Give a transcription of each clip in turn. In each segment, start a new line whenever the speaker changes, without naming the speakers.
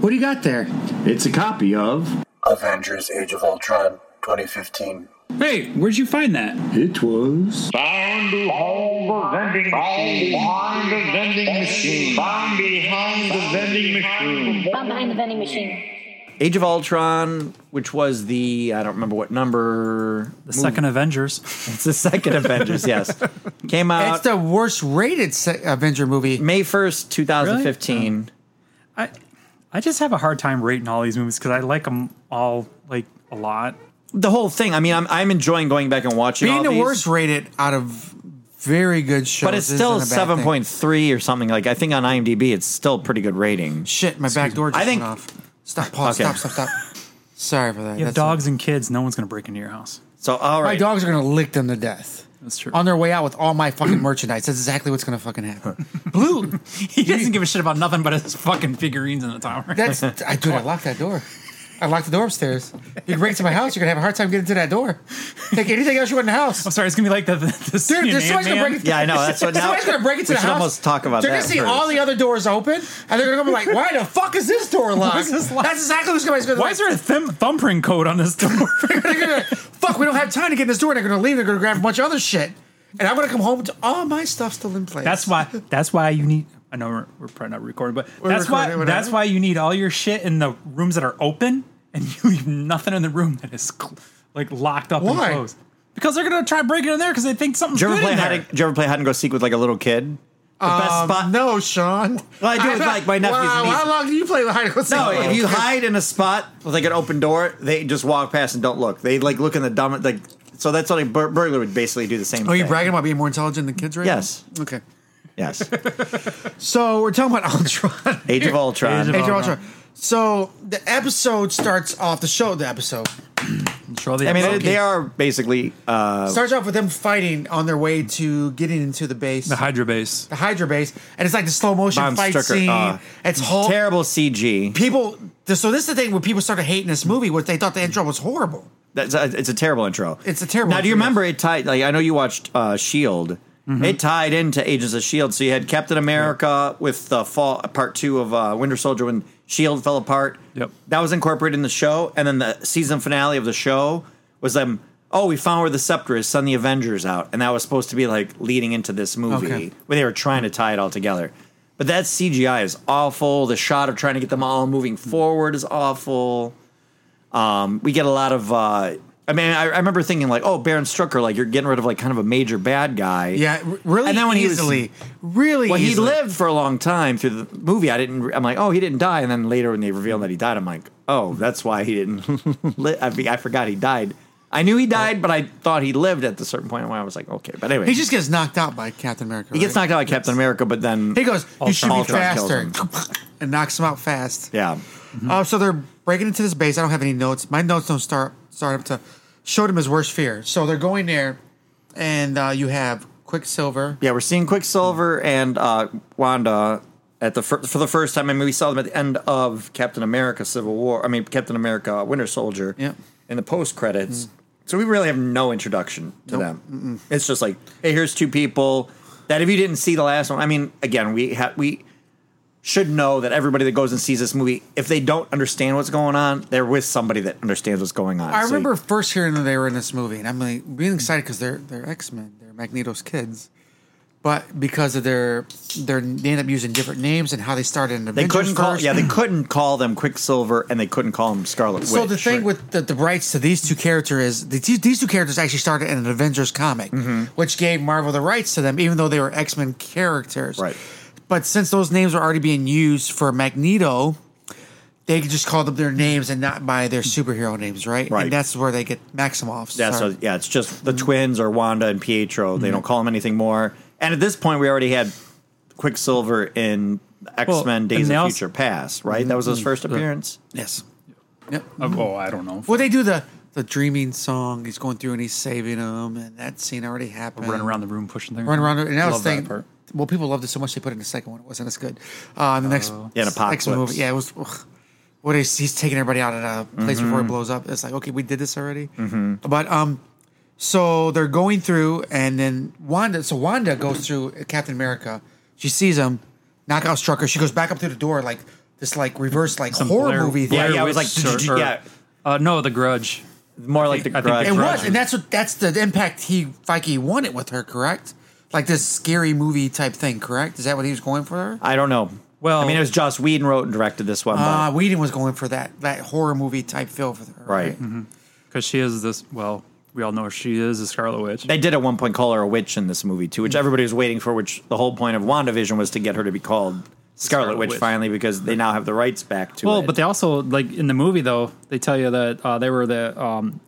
What do you got there?
It's a copy of.
Avengers Age of Ultron 2015.
Hey, where'd you find that?
It was.
Found behind the vending machine. Found behind the vending machine. Found behind the vending machine.
Found behind the vending machine.
Age of Ultron, which was the I don't remember what number.
The second Avengers.
It's the second Avengers. Yes, came out
It's the worst rated se- Avenger movie.
May first, two thousand fifteen.
I I just have a hard time rating all these movies because I like them all like a lot.
The whole thing. I mean, I'm I'm enjoying going back and watching.
Being
all
the
these,
worst rated out of very good shows.
but it's
isn't a
still
bad
seven
thing.
point three or something. Like I think on IMDb, it's still pretty good rating.
Shit, my back door just
I think-
went off. Stop, Paul.
Okay.
Stop, stop, stop. Sorry for that.
You
That's-
have dogs and kids. No one's gonna break into your house.
So all
My
right,
dogs are gonna lick them to death.
That's true.
On their way out with all my fucking merchandise. That's exactly what's gonna fucking happen. Blue.
he doesn't give a shit about nothing but his fucking figurines in the tower.
That's I dude. I locked that door. I locked the door upstairs. You break into my house, you're gonna have a hard time getting to that door. Take anything else you want in the house.
I'm sorry, it's gonna be like the, the, the scene
Dude,
in
there's somebody's gonna
Ant-Man.
break.
Yeah, I know, that's what- now-
somebody's gonna break into
we
the
should
house.
almost talk about
They're
that
gonna see
first.
all the other doors open, and they're gonna be like, "Why the fuck is this door locked?"
is this locked?
That's exactly what's gonna.
Why is there a thumb, thumbprint code on this door?
They're gonna fuck. We don't have time to get in this door. and They're gonna leave. They're gonna grab a bunch of other shit, and I'm gonna come home to all my stuff still in place.
That's why. That's why you need. I know we're, we're probably not recording, but
We're
that's why.
recording, whatever.
That's why you need all your shit in the rooms that are open, and you leave nothing in the room that is cl- like locked up
Why?
and closed. Because they're gonna try breaking in there because they think something's
Did you
good
ever play
in
hide?
there.
and- Did you ever play hide and go seek with like a little kid? The best spot.
Um, No, Sean.
Well, I do with, like, my nephews
Wow,
and nieces.
how long do you play with hide and go seek?
No, if you hide in a spot with like an open door, they just walk past and don't look. They like look in the dumb like. So that's what a bur- burglar would basically do the same.
Oh, you
thing.
bragging about being more intelligent than kids, right?
Yes.
now? Okay.
Yes.
So we're talking about Ultron.
Age of Ultron.
Age of
Age of
Ultron.
Ultron. So the episode starts off the show. The episode
I mean, they, they are basically uh,
starts off with them fighting on their way to getting into the base,
the
the,
Hydra base.
Hydra base, and it's like the slow motion
Bomb
fight
Strucker,
scene.
uh,
it's Hulk.
terrible CG.
people. So this is the thing where people started hating this movie. What they thought the intro was horrible.
That's a, it's a terrible intro.
It's a terrible
Now, do you
intro, Mm-hmm.
remember it tied? Like, I know you watched uh, Shield. It tied into Agents of Shield. E So you had Captain America with the fall part two of uh, Winter Soldier when Shield fell apart.
Yep.
that was incorporated in the show, and then the season finale of the show was them. Oh, we found where the scepter is. Send the Avengers out, and that was supposed to be like leading into this movie
Okay.
where they were trying to tie it all together. But that CGI is awful. The shot of trying to get them all moving forward is awful. Um, we get a lot of. Uh, I mean, I, I remember thinking like, "Oh, Baron Strucker, like you're getting rid of like kind of a major bad guy."
Yeah, r- really
And then when he was-
easily, really.
Well, he
easily.
lived for a long time through the movie. I didn't. I'm like, oh, he didn't die. And then later, when they reveal that he died, I'm like, oh, that's why he didn't. li- I, mean, I forgot he died. I knew he died, but I thought he lived at the certain point where I was like, okay. But anyway,
He just gets knocked out by Captain America.
he gets
right?
knocked out by Captain America, but then
He goes, "You should be
Ultron kills
faster,"
him.
and knocks him out fast.
yeah. Mm-hmm.
Uh, so they're breaking into this base. I don't have any notes. My notes don't start start up to show them his worst fear. So they're going there, and uh, you have Quicksilver.
Yeah, we're seeing
Hmm.
Quicksilver and uh, Wanda at the fir- for the first time. I mean, we saw them at the end of Captain America: Civil War. I mean, Captain America: Winter Soldier.
Yep.
In the post credits,
Hmm.
so we really have no introduction to them. It's just like, hey, here's two people that if you didn't see the last one, I mean, again, we ha- we should know that everybody that goes and sees this movie, if they don't understand what's going on, they're with somebody that understands what's going on.
I
So-
remember first hearing that they were in this movie, and I'm like being excited because they're they're X Men, they're Magneto's kids, but because of their their they end up using different names and how they started in
They
Avengers
couldn't call,
first.
yeah, they couldn't call them Quicksilver, and they couldn't call them Scarlet Witch.
So the thing with the, the rights to these two characters is the, these these two characters actually started in an Avengers comic,
Mm-hmm.
which gave Marvel the rights to them, even though they were X Men characters.
Right.
But since those names were already being used for Magneto, they could just call them their names and not by their superhero names, right?
Right.
And that's where they get Maximoffs.
Yeah,
Sorry.
so yeah, it's just the twins or Wanda and Pietro. They don't call them anything more. And at this point, we already had Quicksilver in X
and
Men:
Mm-hmm.
Days
they
of
also-
Future Past, right? That was his first appearance.
yes. Yep.
Oh, I don't know.
Well, they do the the dreaming song. He's going through and he's saving them, and that scene already happened.
Run around the room pushing things.
Run around, and that was
Love
the thing.
part.
Well, people loved it so much they put it in the second one. It wasn't as good. Uh, the next,
Yeah, an
next
apocalypse.
movie, yeah, it was. Ugh, what is he's taking everybody out of a place before it blows up? It's like okay, we did this already. But um, so they're going through, and then Wanda. So Wanda goes through Captain America. She sees him, knockout struck her. She goes back up through the door, like this like reverse like
Some
horror
Blair-
movie thing.
Yeah,
Blair
yeah, I was
Witch
like,
or- or-
yeah.
Uh, no, The Grudge.
more like the
I think
grudge.
they-
It was,
Grudge.
and that's what that's the impact he Feige wanted with her, correct? Like this scary movie type thing, correct? Is that what he was going for?
I don't know.
Well- Ah,
I mean, it was Joss Whedon wrote and directed this one.
Uh,
but
Whedon was going for that that horror movie type feel for her,
right.
Mm-hmm. Because she is this, well, we all know her. she is a Scarlet Witch.
They did at one point call her a witch in this movie too, which
Mm-hmm.
everybody was waiting for. Which the whole point of WandaVision was to get her to be called Scarlet,
Scarlet
Witch,
Witch.
finally because they now have the rights back to
Well,
it.
but they also like in the movie though they tell you that uh, they were the um,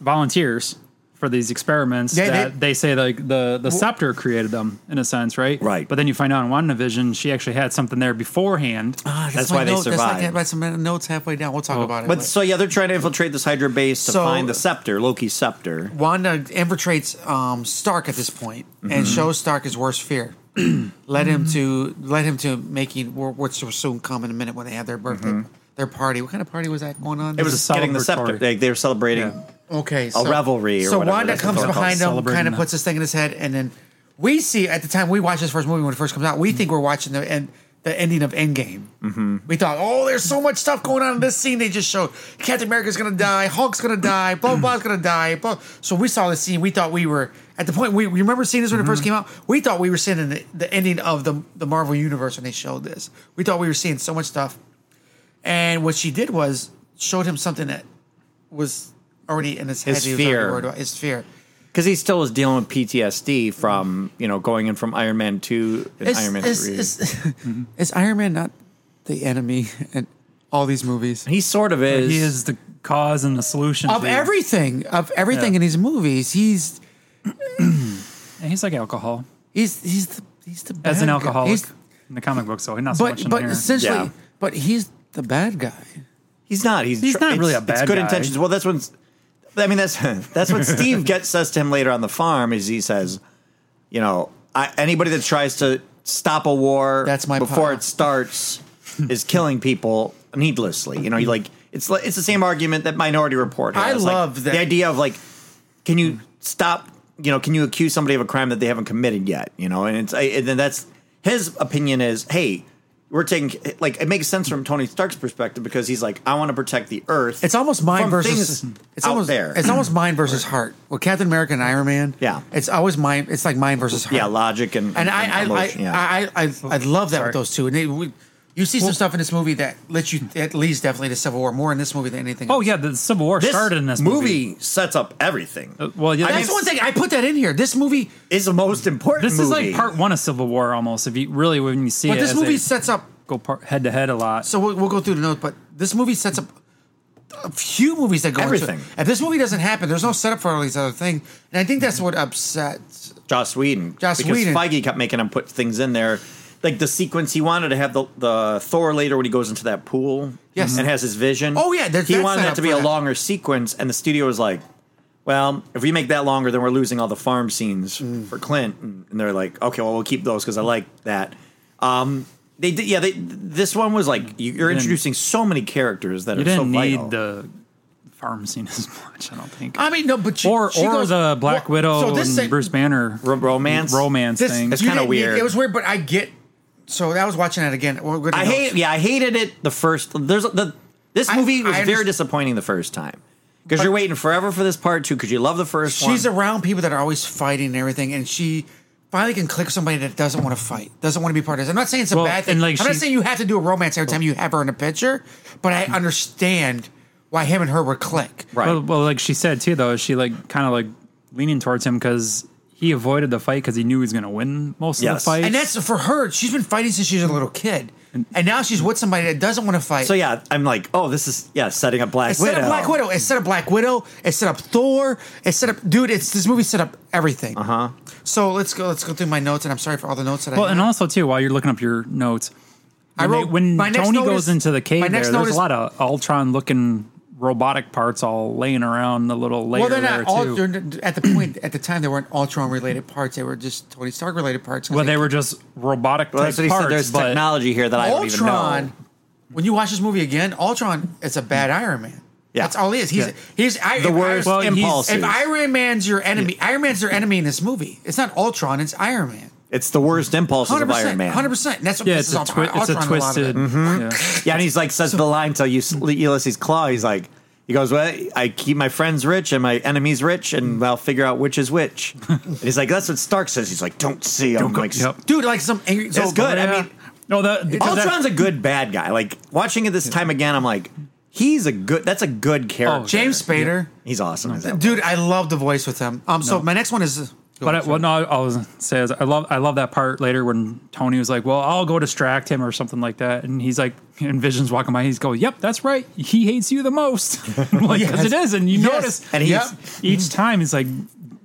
volunteers for these experiments.
Yeah,
that
they-
they, say like the the scepter created them in a sense, right?
Right.
But then you find out in WandaVision she actually had something there beforehand.
Ah,
That's,
that's
my
why they
note- That's like,
survived. Oh.
that's my notes halfway down. We'll talk about it.
But so yeah, they're trying to infiltrate this Hydra base to
So-
find the scepter, Loki's scepter.
Wanda infiltrates um, Stark at this point
Mm-hmm.
and shows Stark his worst fear. led him to led him to making wh- which will soon come in a minute when they have their birthday, their party. What kind of party was that going on?
Mm-hmm. It was
a
getting the scepter.
celebratory-
They, they were celebrating.
okay,
revelry or
so
whatever
Wanda
that's
comes
what they're
behind him,
called,
kind
celebrating
of
the-
puts this thing in his head, and then we see at the time we watched this first movie when it first comes out, we think we're watching the end. The ending of Endgame. Mm-hmm. We thought, oh, there's so much stuff going on in this scene. They just showed Captain America's gonna die, Hulk's gonna die, blah blah blah's gonna die. Blah. So we saw this scene. We thought we were at the point. We, we remember seeing this when it first
Mm-hmm.
came out. We thought we were seeing the, the ending of the the Marvel universe when they showed this. We thought we were seeing so much stuff. And what she did was showed him something that was already in his head.
His
he was already
fear.
worried about- His fear.
Because he still was dealing with PTSD from you know going in from Iron Man two and
Is,
Iron Man
is,
three.
is, is Iron Man not the enemy in all these movies?
he sort of is.
He is the cause and the solution
Of
to-
everything, of everything
Yeah.
in these movies, he's
And he's like alcohol
he's he's the he's the bad
as an
guy.
alcoholic
He's-
in the comic book, so not so much
but
in
but
here.
essentially,
Yeah.
but he's the bad guy.
He's not. He's,
He's not
it's-
really a
It's
bad
good
guy.
intentions. Well, that's when. I mean, that's that's what Steve gets says to him later on the farm. Is he says, you know, I, anybody that tries to stop a war
That's my
before
pile.
it starts is killing people needlessly. You know, you like it's li- it's the same argument that Minority Report.
I
Has. Like,
love that-
the idea of like, can
Hmm.
you stop? You know, can you accuse somebody of a crime that they haven't committed yet? You know, and it's I- and then that's his opinion is hey. We're taking like it makes sense from Tony Stark's perspective because he's like, I want to protect the Earth.
It's almost mind
from
versus.
things
It's
out
almost
there.
It's almost mind versus heart. Well, Captain America and Iron Man.
Yeah.
it's always mind. It's like mind versus heart.
yeah, logic and
and I, I, I,
emotion, yeah.
I, I, I, I love that
Oh, Sorry.
with those two. And they, we, you see some stuff in this movie that lets you at least definitely to Civil War more in this movie than anything.
oh
else.
yeah, the Civil War started in this movie.
sets up everything.
Uh, well, yeah,
I
that's
mean,
the one thing I put that in here. This movie,
It's the most important.
this is like
movie.
part one of Civil War almost. If you really when you see
but
it,
this
as
movie
they
sets up.
go part, head to head a lot.
So we'll, we'll go through the notes, but this movie sets up a few movies that go
Everything.
Into, if this movie doesn't happen, there's no setup for all these other things, and I think that's what upsets.
Joss Whedon.
Joss
because
Whedon.
Feige kept making him put things in there, like the sequence he wanted to have the, the Thor later when he goes into that pool.
Yes.
and has his vision.
Oh, yeah, there's-
he
that's
wanted
set
that
up
to be
for
a
that.
longer sequence, and the studio was like, "Well, if we make that longer, then we're losing all the farm scenes
Mm.
for Clint." And and they're like, "Okay, well, we'll keep those because I like that." Um, they did, yeah. They, this one was like you- you're introducing so many characters that
You
are so
didn't need
vital.
the farm scene as much, I don't think.
I mean, no, but she,
or
she
or
goes-
the Black
well,
Widow
So this
and
thing,
Bruce Banner
Ro- romance.
romance
this,
thing.
It's
you
kinda
didn't need-
weird.
It was weird, but I get. So that was watching that again. We're gonna
I
go-
hate. Yeah, I hated it the first. There's the this
I-
movie was
I
very
underst-
disappointing the first time because you're waiting forever for this part two because you love the first one.
She's around people that are always fighting and everything, and she finally can click somebody that doesn't want to fight, doesn't want to be part of this. I'm not saying it's a
Well,
bad thing.
and, like,
I'm not
she-
saying you have to do a romance every time you have her in a picture, but I understand why him and her would click.
right.
Well, well, like she said too, though she like kind of like leaning towards him because he avoided the fight because he knew he was going to win most of
Yes.
the fight.
And that's for her. She's been fighting since she was a little kid, and now she's with somebody that doesn't want to fight.
so yeah, I'm like, oh, this is yeah, setting up Black
Instead
Widow.
of Black Widow, instead of Black Widow, it set up Thor, it set up dude, it's this movie set up everything. Uh huh. So let's go let's go through my notes and I'm sorry for all the notes that
Uh-huh. well,
I
and
have.
also too, while you're looking up your notes,
I
when, they-
wrote-
when
my next
Tony
note
goes
is-
into the cave,
my
there,
next
there's
note
a
is-
lot of Ultron looking robotic parts all laying around the little layer
Well, they're
there
not all.
too.
They're, n- at the point at the time, they weren't Ultron related parts. They were just Tony Stark related parts.
well, they were just robotic
Well,
type
that's what he
parts,
said. There's
but
technology here that I don't even know.
Ultron. When you watch this movie again, Ultron is a bad Iron Man.
Yeah.
That's all he is. He's
Yeah.
he's I,
The
if
worst
Iron,
Well, he's-
impulses.
if Iron Man's your enemy, Iron Man's your enemy in this movie. It's not Ultron. It's Iron Man.
It's the worst impulses
Hundred
of Iron
percent,
Man.
hundred percent. That's what
Yeah,
pisses
it's a,
off
twi- it's a
Ultron lot of
twisted.
it.
Mm-hmm.
yeah.
Yeah, and he's like says the line to Us- Ulysses Claw. He's like, he goes, "Well, I keep my friends rich and my enemies rich, and I'll figure out which is which." and he's like, "That's what Stark says." He's like, "Don't see him." like,
Yep.
dude. Like some angry. It's
good. I mean,
No, that because that-
Ultron's a good bad guy. Like watching it this time again, I'm like, he's a good. That's a good character.
James Spader,
he's awesome. as that.
dude. I love the voice with him. Um, so my next one is.
But uh, I, what no, I I was gonna say is I love I love that part later when Tony was like, "Well, I'll go distract him or something like that," and he's like, and Vision's walking by, he's going, "Yep, that's right. He hates you the most, I'm like because it is." And you
Yes.
notice
And he's-
each time he's like,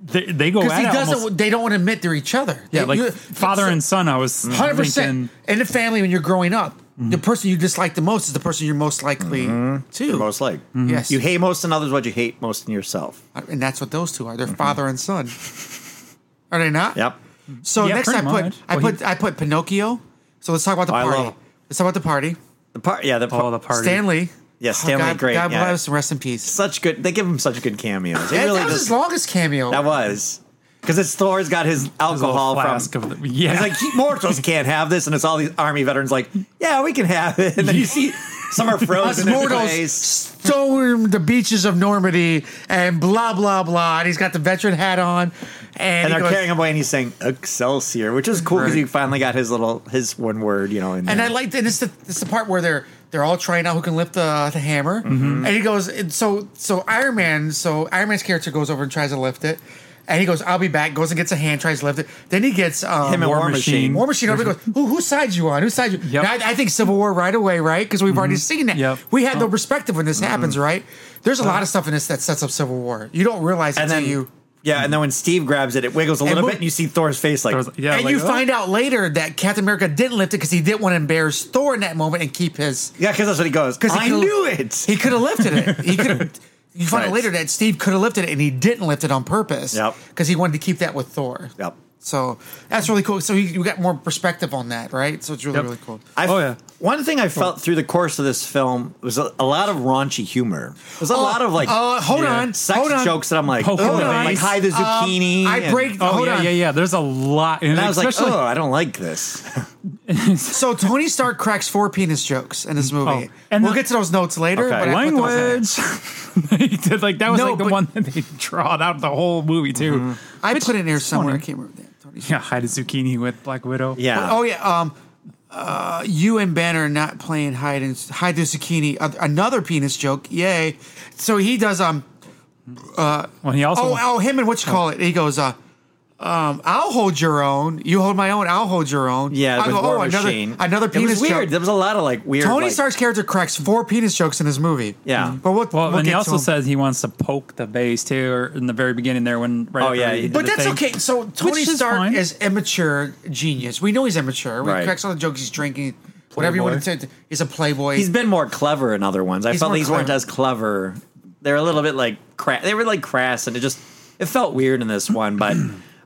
they, they go
because
at
he
it
doesn't.
Oh, almost,
They don't want to admit they're each other.
yeah,
They-
like
you-
father and son. I was
hundred
thinking,
percent in the family when you're growing up.
Mm-hmm.
The person you dislike the most is the person you're most likely to.
Mm-hmm. most like
Yes.
you hate most in others what you hate most in yourself.
and that's what those two are.
Mm-hmm.
They're father and son. Are they not?
Yep.
So
Yeah,
next I
pretty
put
much.
I
Well,
put I put Pinocchio. So let's talk about the
Oh, I
party.
love-
let's talk about the party.
The part, yeah, the part,
"Oh, the party."
Stanley.
Yeah, Stanley,
God,
great,
God
yeah.
bless him. Rest in peace.
such good. They give him such good cameos. It
That,
really
that was
does-
his longest cameo.
That was because it's Thor's got his
little
alcohol
flask
from.
of the- yeah.
He's like, "You mortals can't have this, and it's all these army veterans like, yeah, we can have it. And then you see some are
Us
frozen in
mortals
place.
stormed the beaches of Normandy and blah blah blah. And he's got the veteran hat on, and,
And
he
they're
goes-
carrying him away, and he's saying Excelsior, which is cool because
Right.
he finally got his little his one word, you know. In
And
there.
I liked, and it's the it's the part where they're they're all trying out who can lift the, the hammer.
Mm-hmm.
And he goes, and so so Iron Man, so Iron Man's character goes over and tries to lift it, and he goes, "I'll be back." Goes and gets a hand, tries to lift it. Then he gets um,
him and War,
War
Machine.
Machine.
War Machine over and goes, Who whose side you on? Whose side you?
Yep. Mm-hmm.
Now, I, I think Civil War right away, right? Because we've already seen that.
Yep. Oh.
We have no perspective when this happens, right? There's a lot of stuff in this that sets up Civil War. You don't realize it
And
until
then
you.
yeah, and then when Steve grabs it, it wiggles a little
mo-
bit, and you see Thor's face like,
Thor's- yeah.
and
like,
you
oh.
find out later that Captain America didn't lift it because he didn't want to embarrass Thor in that moment and keep his
yeah, because that's what he goes.
Because
I knew it.
He could have lifted it. He could. You find out
Right.
later that Steve could have lifted it, and he didn't lift it on purpose.
Yep.
Because he wanted to keep that with Thor.
Yep.
So that's really cool. So you, you got more perspective on that, right? So it's really
Yep.
really cool.
I,
Oh, yeah.
One thing I felt through the course of this film was a, a lot of raunchy humor. There's a lot of like
Uh, hold
Yeah.
on.
sex
hold on.
jokes that I'm like,
Poke in
oh,
the
like
face.
hi the zucchini.
Um, I
and-
break-
Oh
Hold
yeah,
on.
yeah, yeah. There's a lot, and,
And I was like,
especially-
oh, I don't like this.
So Tony Stark cracks four penis jokes in this movie.
Oh, and
we'll
the-
get to those notes later.
Okay.
But I put those in.
language. He did, like that was
No,
like the
but- Mm-hmm.
one that they drawed out the whole movie too.
I put it in here somewhere. I
funny.
can't remember that. Tony Stark.
Yeah, hide a zucchini with Black Widow.
Yeah.
Oh yeah. Um. Uh, you and Banner are not playing hide and hide the zucchini. Oth- Another penis joke. Yay! So he does. Um.
When he also
Oh, oh, him and what you call it? He goes, uh, um, I'll hold your own. You hold my own. I'll hold your own.
yeah,
I
with
go,
War
oh, another
Machine.
another
It
penis
was weird. There
joke.
was a lot of like weird.
Tony
like-
Stark's character cracks four penis jokes in his movie. Mm-hmm.
Yeah.
but we'll,
well,
we'll
and
get
he
to
also
him.
says he wants to poke the base too, or in the very beginning there when right.
Oh,
after
yeah,
he
he
did
But
the
that's
thing.
okay. So Tony
is
Stark
fine.
is immature genius. We know he's immature. We
Right.
cracks all the jokes. He's drinking. Whatever you
Playboy.
want to say, he's a playboy.
He's been more clever in other ones. I
He's
felt
more
these weren't
clever.
as clever. They're a little bit like cra- they were like crass, and it just it felt weird in this one. But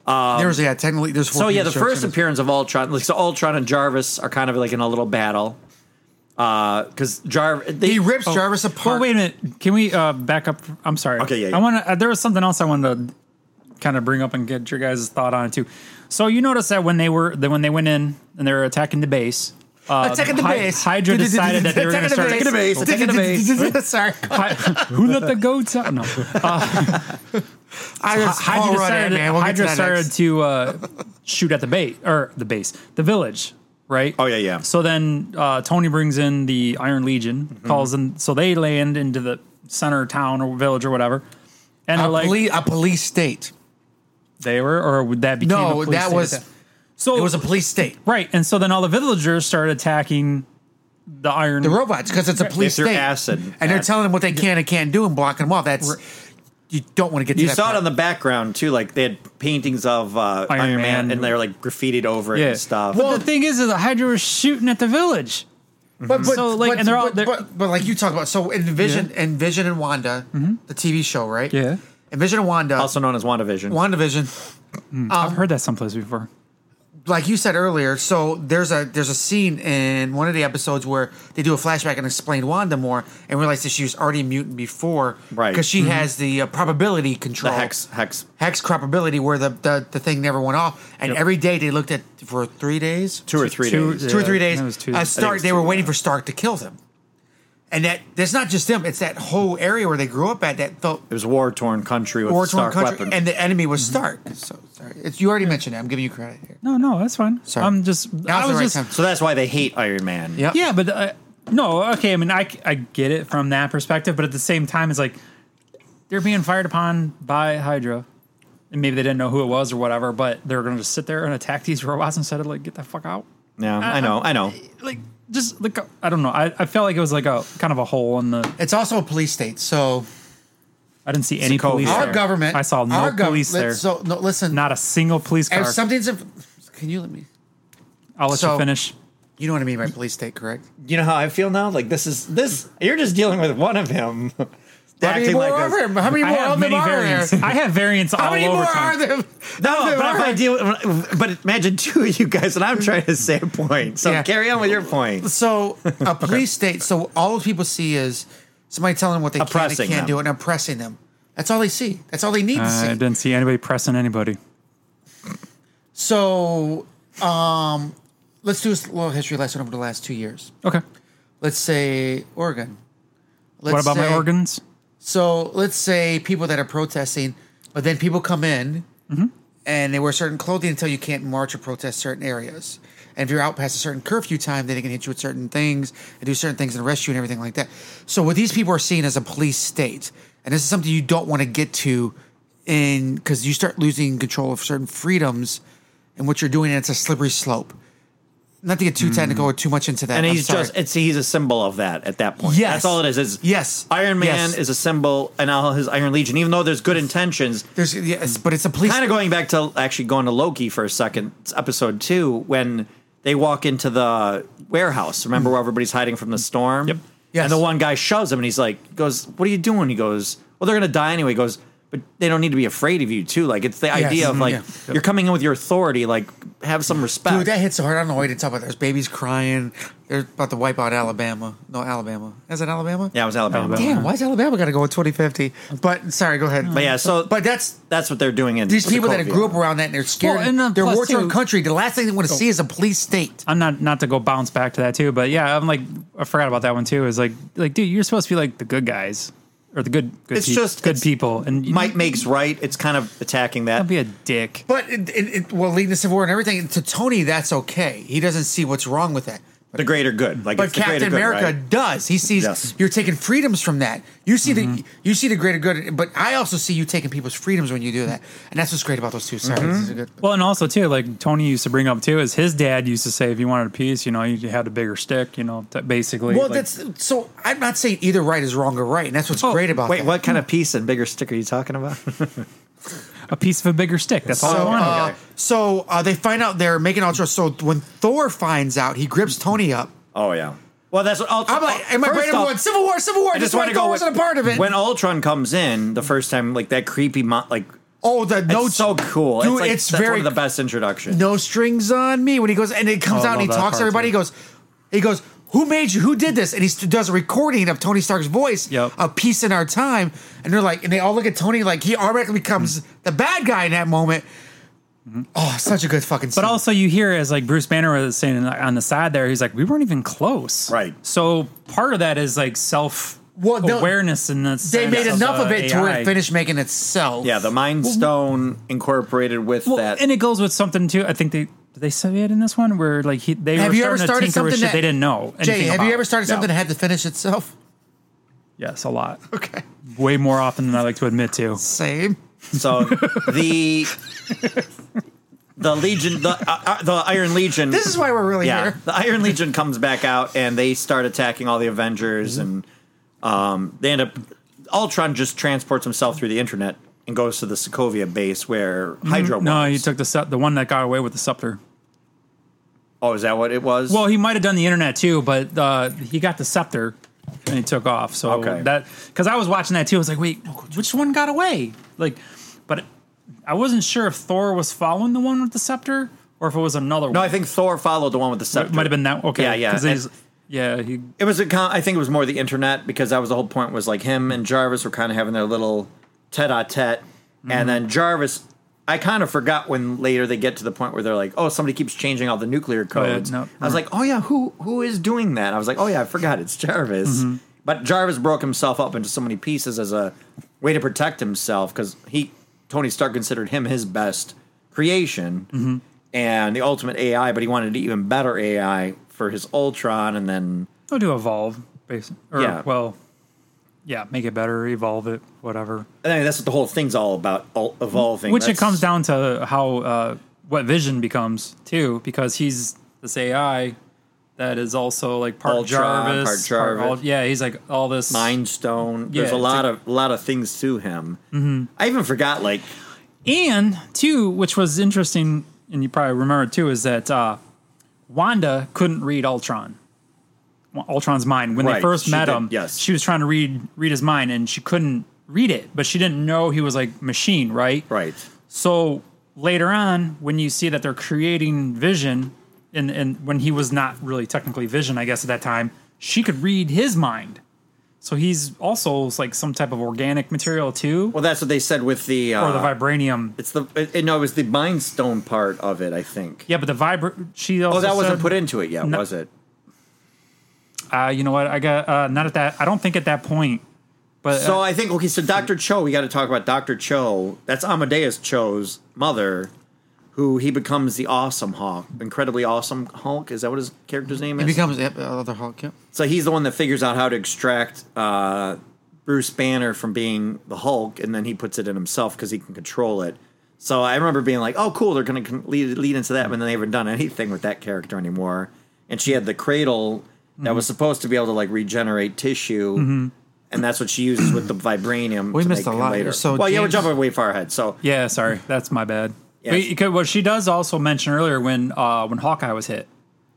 Um,
there's yeah, technically there's four.
so yeah, the
penis jokes
first
in it.
appearance of Ultron, like so, Ultron and Jarvis are kind of like in a little battle. Because Jarvis, they,
he rips Jarvis
Oh, Well,
apart.
wait a minute. Can we uh, back up? I'm sorry.
Okay, yeah, yeah.
I want to. Uh, there was something else I wanted to kind of bring up and get your guys' thought on it too. So you notice that when they were that when they went in and they were attacking the base, uh,
Attacking the
Hy-
base.
Hydra decided that they were going to
Attacking
start
the base.
Attacking the base.
Sorry,
Hy- who let the goats out? No,
I just
Hydra
all right,
started,
man. We'll get to
Hydra
that next.
started to uh, shoot at the base or the base, the village, right?
Oh, yeah, yeah.
So then uh, Tony brings in the Iron Legion,
Mm-hmm.
calls in, so they land into the center of town or village or whatever, and
a,
they're like
poli- a police state.
they were, or would that became a
No,
police
that
state
was
attack? so
it was a police state.
right, and so then all the villagers started attacking the Iron.
The robots, because it's a police
threw
state,
acid
and they're
at-
telling them what they can and can't do and blocking them off. That's you don't want to get. To
You
that
saw
part.
it on the background too, like they had paintings of uh, Iron,
Iron
Man,
Man.
and they were like graffitied over it
yeah.
and stuff.
Well, the thing is, is the Hydra was shooting at the village.
But, but,
So, like,
but,
and they're all-
but,
they're-
but, but, like you talked about, so in Vision, in Vision and Wanda, the TV show, right?
Mm-hmm. Yeah.
In Vision and Wanda,
also known as WandaVision.
WandaVision,
I've heard that someplace before.
like you said earlier, so there's a there's a scene in one of the episodes where they do a flashback and explain Wanda more and realize that she was already a mutant before,
Right. Mm-hmm.
Because she has the uh, probability control,
The hex hex
hex probability, where the, the the thing never went off, and every day they looked at for three days,
two or three
Two-
days.
two or
yeah,
three days.
that was two.
uh,
I think
Stark,
it's
they
two,
were waiting for Stark to kill them, and that that's not just them; it's that whole area where they grew up at that felt
It was war torn country with
war torn
Stark
country,
weapons. Mm-hmm.
and the enemy was Stark. So sorry, it's, you already mentioned it. I'm giving you credit here.
No, no, that's fine.
Sorry.
I'm just.
Now's
I
the
was
right
just.
time.
so that's why they hate Iron Man.
Yep.
Yeah, but uh, no, okay. I mean, I, I get it from that perspective, but at the same time, it's like they're being fired upon by Hydra. And maybe they didn't know who it was or whatever, but they're going to just sit there and attack these robots instead of like, get the fuck out.
Yeah, I know, I know.
Like, just like, I don't know. I, I felt like it was like a kind of a hole in the.
It's also a police state, so
I didn't see any
COVID.
police.
our
there.
government.
I saw no
our gov-
police
let-
there.
So no, listen.
Not a single police car.
if something's. in- can you let me?
I'll let
so-
you finish.
You know what I mean by police state, correct?
You know how I feel now? Like this is this. You're just dealing with one of him.
How many
Acting
more
like
are
this.
there? How many
I
more
have
of them
many
are
variants.
there?
I have variants
How
all
many
over
more
time.
are there?
No,
There
but if I
are.
deal, but imagine two of you guys, and I'm trying to say a point. So
Yeah.
carry on with your point.
So a police state. So all those people see is somebody telling them what they can and
Oppressing
can't
them.
do and oppressing them. That's all they see. That's all they need to see.
I didn't see anybody pressing anybody.
So um, let's do a little history lesson over the last two years.
Okay.
Let's say Oregon. Let's
what about
say-
my organs?
So let's say people that are protesting, but then people come in
Mm-hmm.
and they wear certain clothing until you can't march or protest certain areas. And if you're out past a certain curfew time, then they can hit you with certain things and do certain things and arrest you and everything like that. So what these people are seen as a police state, and this is something you don't want to get to, in because you start losing control of certain freedoms and what you're doing, and it's a slippery slope. Not to get too technical or too much into that.
Mm. And
I'm
he's
sorry.
just it's he's a symbol of that at that point.
Yes.
that's all it is. Is
Yes.
Iron Man
Yes.
is a symbol, and all his Iron Legion. Even though there's good intentions,
there's yes, but it's a police
kind of going back to actually going to Loki for a second, it's episode two, when they walk into the warehouse. Remember where everybody's hiding from the storm? Yep.
Yes.
And the one guy shoves him and he's like, goes, What are you doing? He goes, Well, they're going to die anyway. He goes, But they don't need to be afraid of you, too. Like, it's the idea of
Mhm.
like,
Yeah.
you're coming in with your authority. Like, have some respect.
Dude, that hits so hard. I don't know what to talk about. There's babies crying. They're about to wipe out Alabama. No, Alabama. Is it Alabama?
yeah, it was Alabama.
Alabama.
Damn, why's Alabama got to go in 2050? But sorry, go ahead.
But yeah, so
but that's
that's what they're doing in
these people that
Sokovia.
grew up around that and they're scared.
Well, and, uh,
they're
plus,
war torn
too- Oh.
country. The last thing they want to see is a police state.
I'm not not to go bounce back to that too, but yeah, I'm like I forgot about that one too. Is like like dude, you're supposed to be like the good guys or the good good
It's
peop-
just-
good
it's-
people, and you
Might makes right. It's kind of attacking that.
don't be a dick.
But it, it, it will lead to civil war and everything. To Tony, that's okay. He doesn't see what's wrong with that.
the greater good. Like,
But
it's the greater
Captain
good,
America
right?
does. He sees
Yes. Mm-hmm.
you're taking freedoms from that. You see the you see the greater good. But I also see you taking people's freedoms when you do that, and that's what's great about those two. Sorry,
Mm-hmm.
this is a good.
Well, and also too, like Tony used to bring up too, is his dad used to say if you wanted a piece, you know, you had a bigger stick, you know, t- basically.
Well,
like-
that's so. I'm not saying either right is wrong or right, and that's what's
Oh,
great about
Wait,
that.
what kind of piece and bigger stick are you talking about?
a piece of a bigger stick. That's
Oh,
all I
So,
wanted.
uh, so uh, they find out they're making ultra. So when Thor finds out, he grips Tony up.
Oh yeah. Well, that's what Ultron.
I'm like, am I
First
right?
off,
Everyone, Civil War, Civil War.
I just
why
want to go.
Thor
with-
wasn't a part of it.
When Ultron comes in the first time, like that creepy, mo- like
oh, the
it's
no,
so cool.
Dude,
it's like,
it's
that's
very
one of the best introductions.
no strings on me when he goes and it comes
Oh, I
out and
love
he
that
talks
part,
to everybody.
too.
He goes, he goes, who made you? Who did this? And he st- does a recording of Tony Stark's voice,
Yep.
a piece in our time. And they're like, and they all look at Tony like he automatically becomes
Mm-hmm.
the bad guy in that moment. Oh, such a good fucking. Scene.
But also, you hear as like Bruce Banner was saying on the side there, he's like, we weren't even close.
Right.
So part of that is like self
Well, they'll-
awareness and that's
they made enough of it to where
AI.
it finished making itself.
Yeah, the Mind Stone incorporated with
Well,
that.
and it goes with something too. I think they did they say it in this one where like he they
Have
were
you ever
starting
started
to tinker with
something
shit
that-
they didn't know.
Jay,
anything
have you
about.
ever started
No.
something that had to finish itself?
Yes, a lot.
Okay,
Way more often than I like to admit to.
same.
so the the Legion, the uh, uh, the Iron Legion.
This is why we're
Oh,
really
yeah,
here.
the Iron Legion comes back out and they start attacking all the Avengers,
Mm-hmm.
and um, they end up. Ultron just transports himself through the internet and goes to the Sokovia base where Hydra.
Mm-hmm. No,
was.
he took the se- the one that got away with the scepter.
Oh, is that what it was?
Well, he might have done the internet too, but uh, he got the scepter and he took off. So
Okay.
that because I was watching that too, I was like, wait, which one got away? Like, but I wasn't sure if Thor was following the one with the scepter or if it was another
No,
one.
I think Thor followed the one with the scepter.
it might have been that. Okay,
Yeah, yeah.
'cause
And-
he's- yeah, he
It was a con- I think it was more the internet because that was the whole point was like him and Jarvis were kind of having their little tete-a-tete and
Mm-hmm.
then Jarvis I kind of forgot when later they get to the point where they're like, "Oh, somebody keeps changing all the nuclear
yeah,
codes."
no,
I was like, "Oh yeah, who who is doing that?" I was like, "Oh yeah, I forgot it's Jarvis."
Mm-hmm.
But Jarvis broke himself up into so many pieces as a way to protect himself cuz he Tony Stark considered him his best creation
Mm-hmm.
and the ultimate AI, but he wanted an even better AI for his Ultron and then
will do evolve, basically. Or,
Yeah.
Well, yeah, make it better, evolve it, whatever.
I mean, that's what the whole thing's all about, all evolving.
Which
That's-
it comes down to how uh, what Vision becomes too, because he's this AI that is also like part
Ultron,
Jarvis,
part Jarvis.
Ul- yeah, he's like all this.
Mind Stone.
Yeah,
There's a
it's
lot of a lot of things to him. Mm-hmm. I even forgot like
And two, which was interesting, and you probably remember too, is that uh, Wanda couldn't read Ultron. Ultron's mind when they
Right,
first
she
met
did-
him.
yes.
she was trying to read read his mind, and she couldn't read it, but she didn't know he was like machine, right?
right.
So later on, when you see that they're creating Vision, and and when he was not really technically Vision, I guess at that time, she could read his mind. So he's also like some type of organic material too,
Well, that's what they said with the uh,
or the vibranium.
It's the it, it- no, it was the Mind Stone part of it. I think.
Yeah, but the vibra. She also
Oh, that wasn't
said-
put into it yet,
No.
was it?
Uh, you know what? I got uh, not at that. I don't think at that point. But
So
uh,
I think okay. So Doctor Cho, we got to talk about Doctor Cho. That's Amadeus Cho's mother, who he becomes the Awesome Hulk, incredibly awesome Hulk. Is that what his character's name is?
He becomes yep, another Hulk. Yep.
So he's the one that figures out how to extract uh, Bruce Banner from being the Hulk, and then he puts it in himself because he can control it. So I remember being like, "Oh, cool! They're going to lead, lead into that," and then they haven't done anything with that character anymore. And she had the cradle
Mm-hmm.
that was supposed to be able to like regenerate tissue, and that's what she uses with the vibranium.
We
to
missed
make
a
him
lot.
Later.
So
well, yeah, we're
James-
jumping way far ahead. So
yeah, sorry, that's my bad.
Yeah.
But- 'cause what she does also mention earlier when uh, when Hawkeye was hit,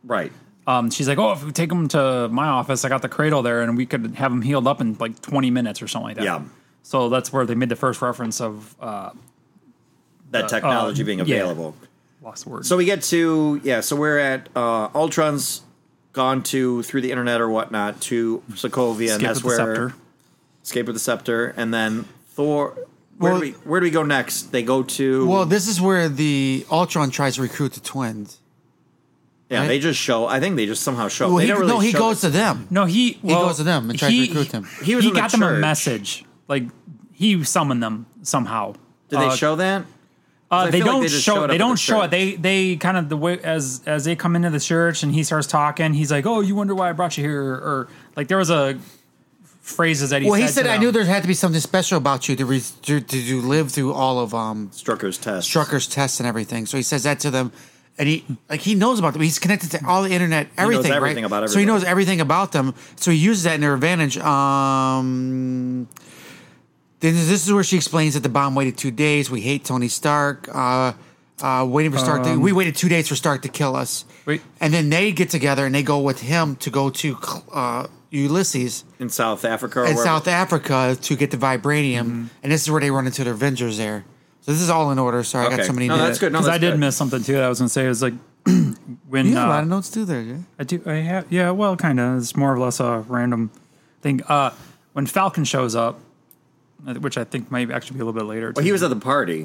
right,
um, she's like, "Oh, if we take him to my office, I got the cradle there, and we could have him healed up in like 20 minutes or something like that."
Yeah.
So that's where they made the first reference of uh,
Uh,
that
um,
technology being
yeah.
available.
lost word.
So we get to yeah. So we're at uh, Ultron's gone to through the internet or whatnot to Sokovia, and
Skip
that's
with
where
the scepter.
escape with the scepter, and then Thor. Where,
Well-
do we, where do we go next? They go to
Well, this is where the Ultron tries to recruit the twins.
yeah. They just show. I think they just somehow show.
Well,
they
he,
don't really
no, he
show
goes
the-
to them.
No, he well,
goes to them and tries to recruit them.
He,
He was in the
got them a
church.
message, like he summoned them somehow.
Did they
Uh,
show that?
Uh,
I
they
feel like
don't
they just showed
show.
up
They
at
don't
the
show
church.
it. They they kind of the way as as they come into the church and he starts talking. He's like, "Oh, you wonder why I brought you here?" Or like there was a phrases that he.
Well,
said
he said,
to
"I
them."
knew there had to be something special about you to re- to, to, to live through all of um
Strucker's test.
Strucker's tests and everything." So he says that to them, and he like he knows about them. He's connected to all the internet,
knows
everything,
everything
right?
about
So he knows
everybody.
everything about them. So he uses that in their advantage. Um, then this is where she explains that the bomb waited two days. We hate Tony Stark. Uh, uh, waiting for Stark.
Um,
to, we waited two days for Stark to kill us.
Wait.
And then they get together and they go with him to go to uh, Ulysses
in South Africa. Or
in
wherever.
South Africa to get the vibranium,
Mm-hmm.
and this is where they run into the Avengers there. So this is all in order. Sorry, I got
Okay.
so many.
No,
notes.
that's good. No,
Because
that's
I did
good.
miss something too. That I was gonna say it was like when
You got a lot
uh,
of notes too there. Yeah?
I do. I have. Yeah. Well, kind of. It's more or less a random thing. Uh, when Falcon shows up, uh, which I think might actually be a little bit later.
Well, he was at the party.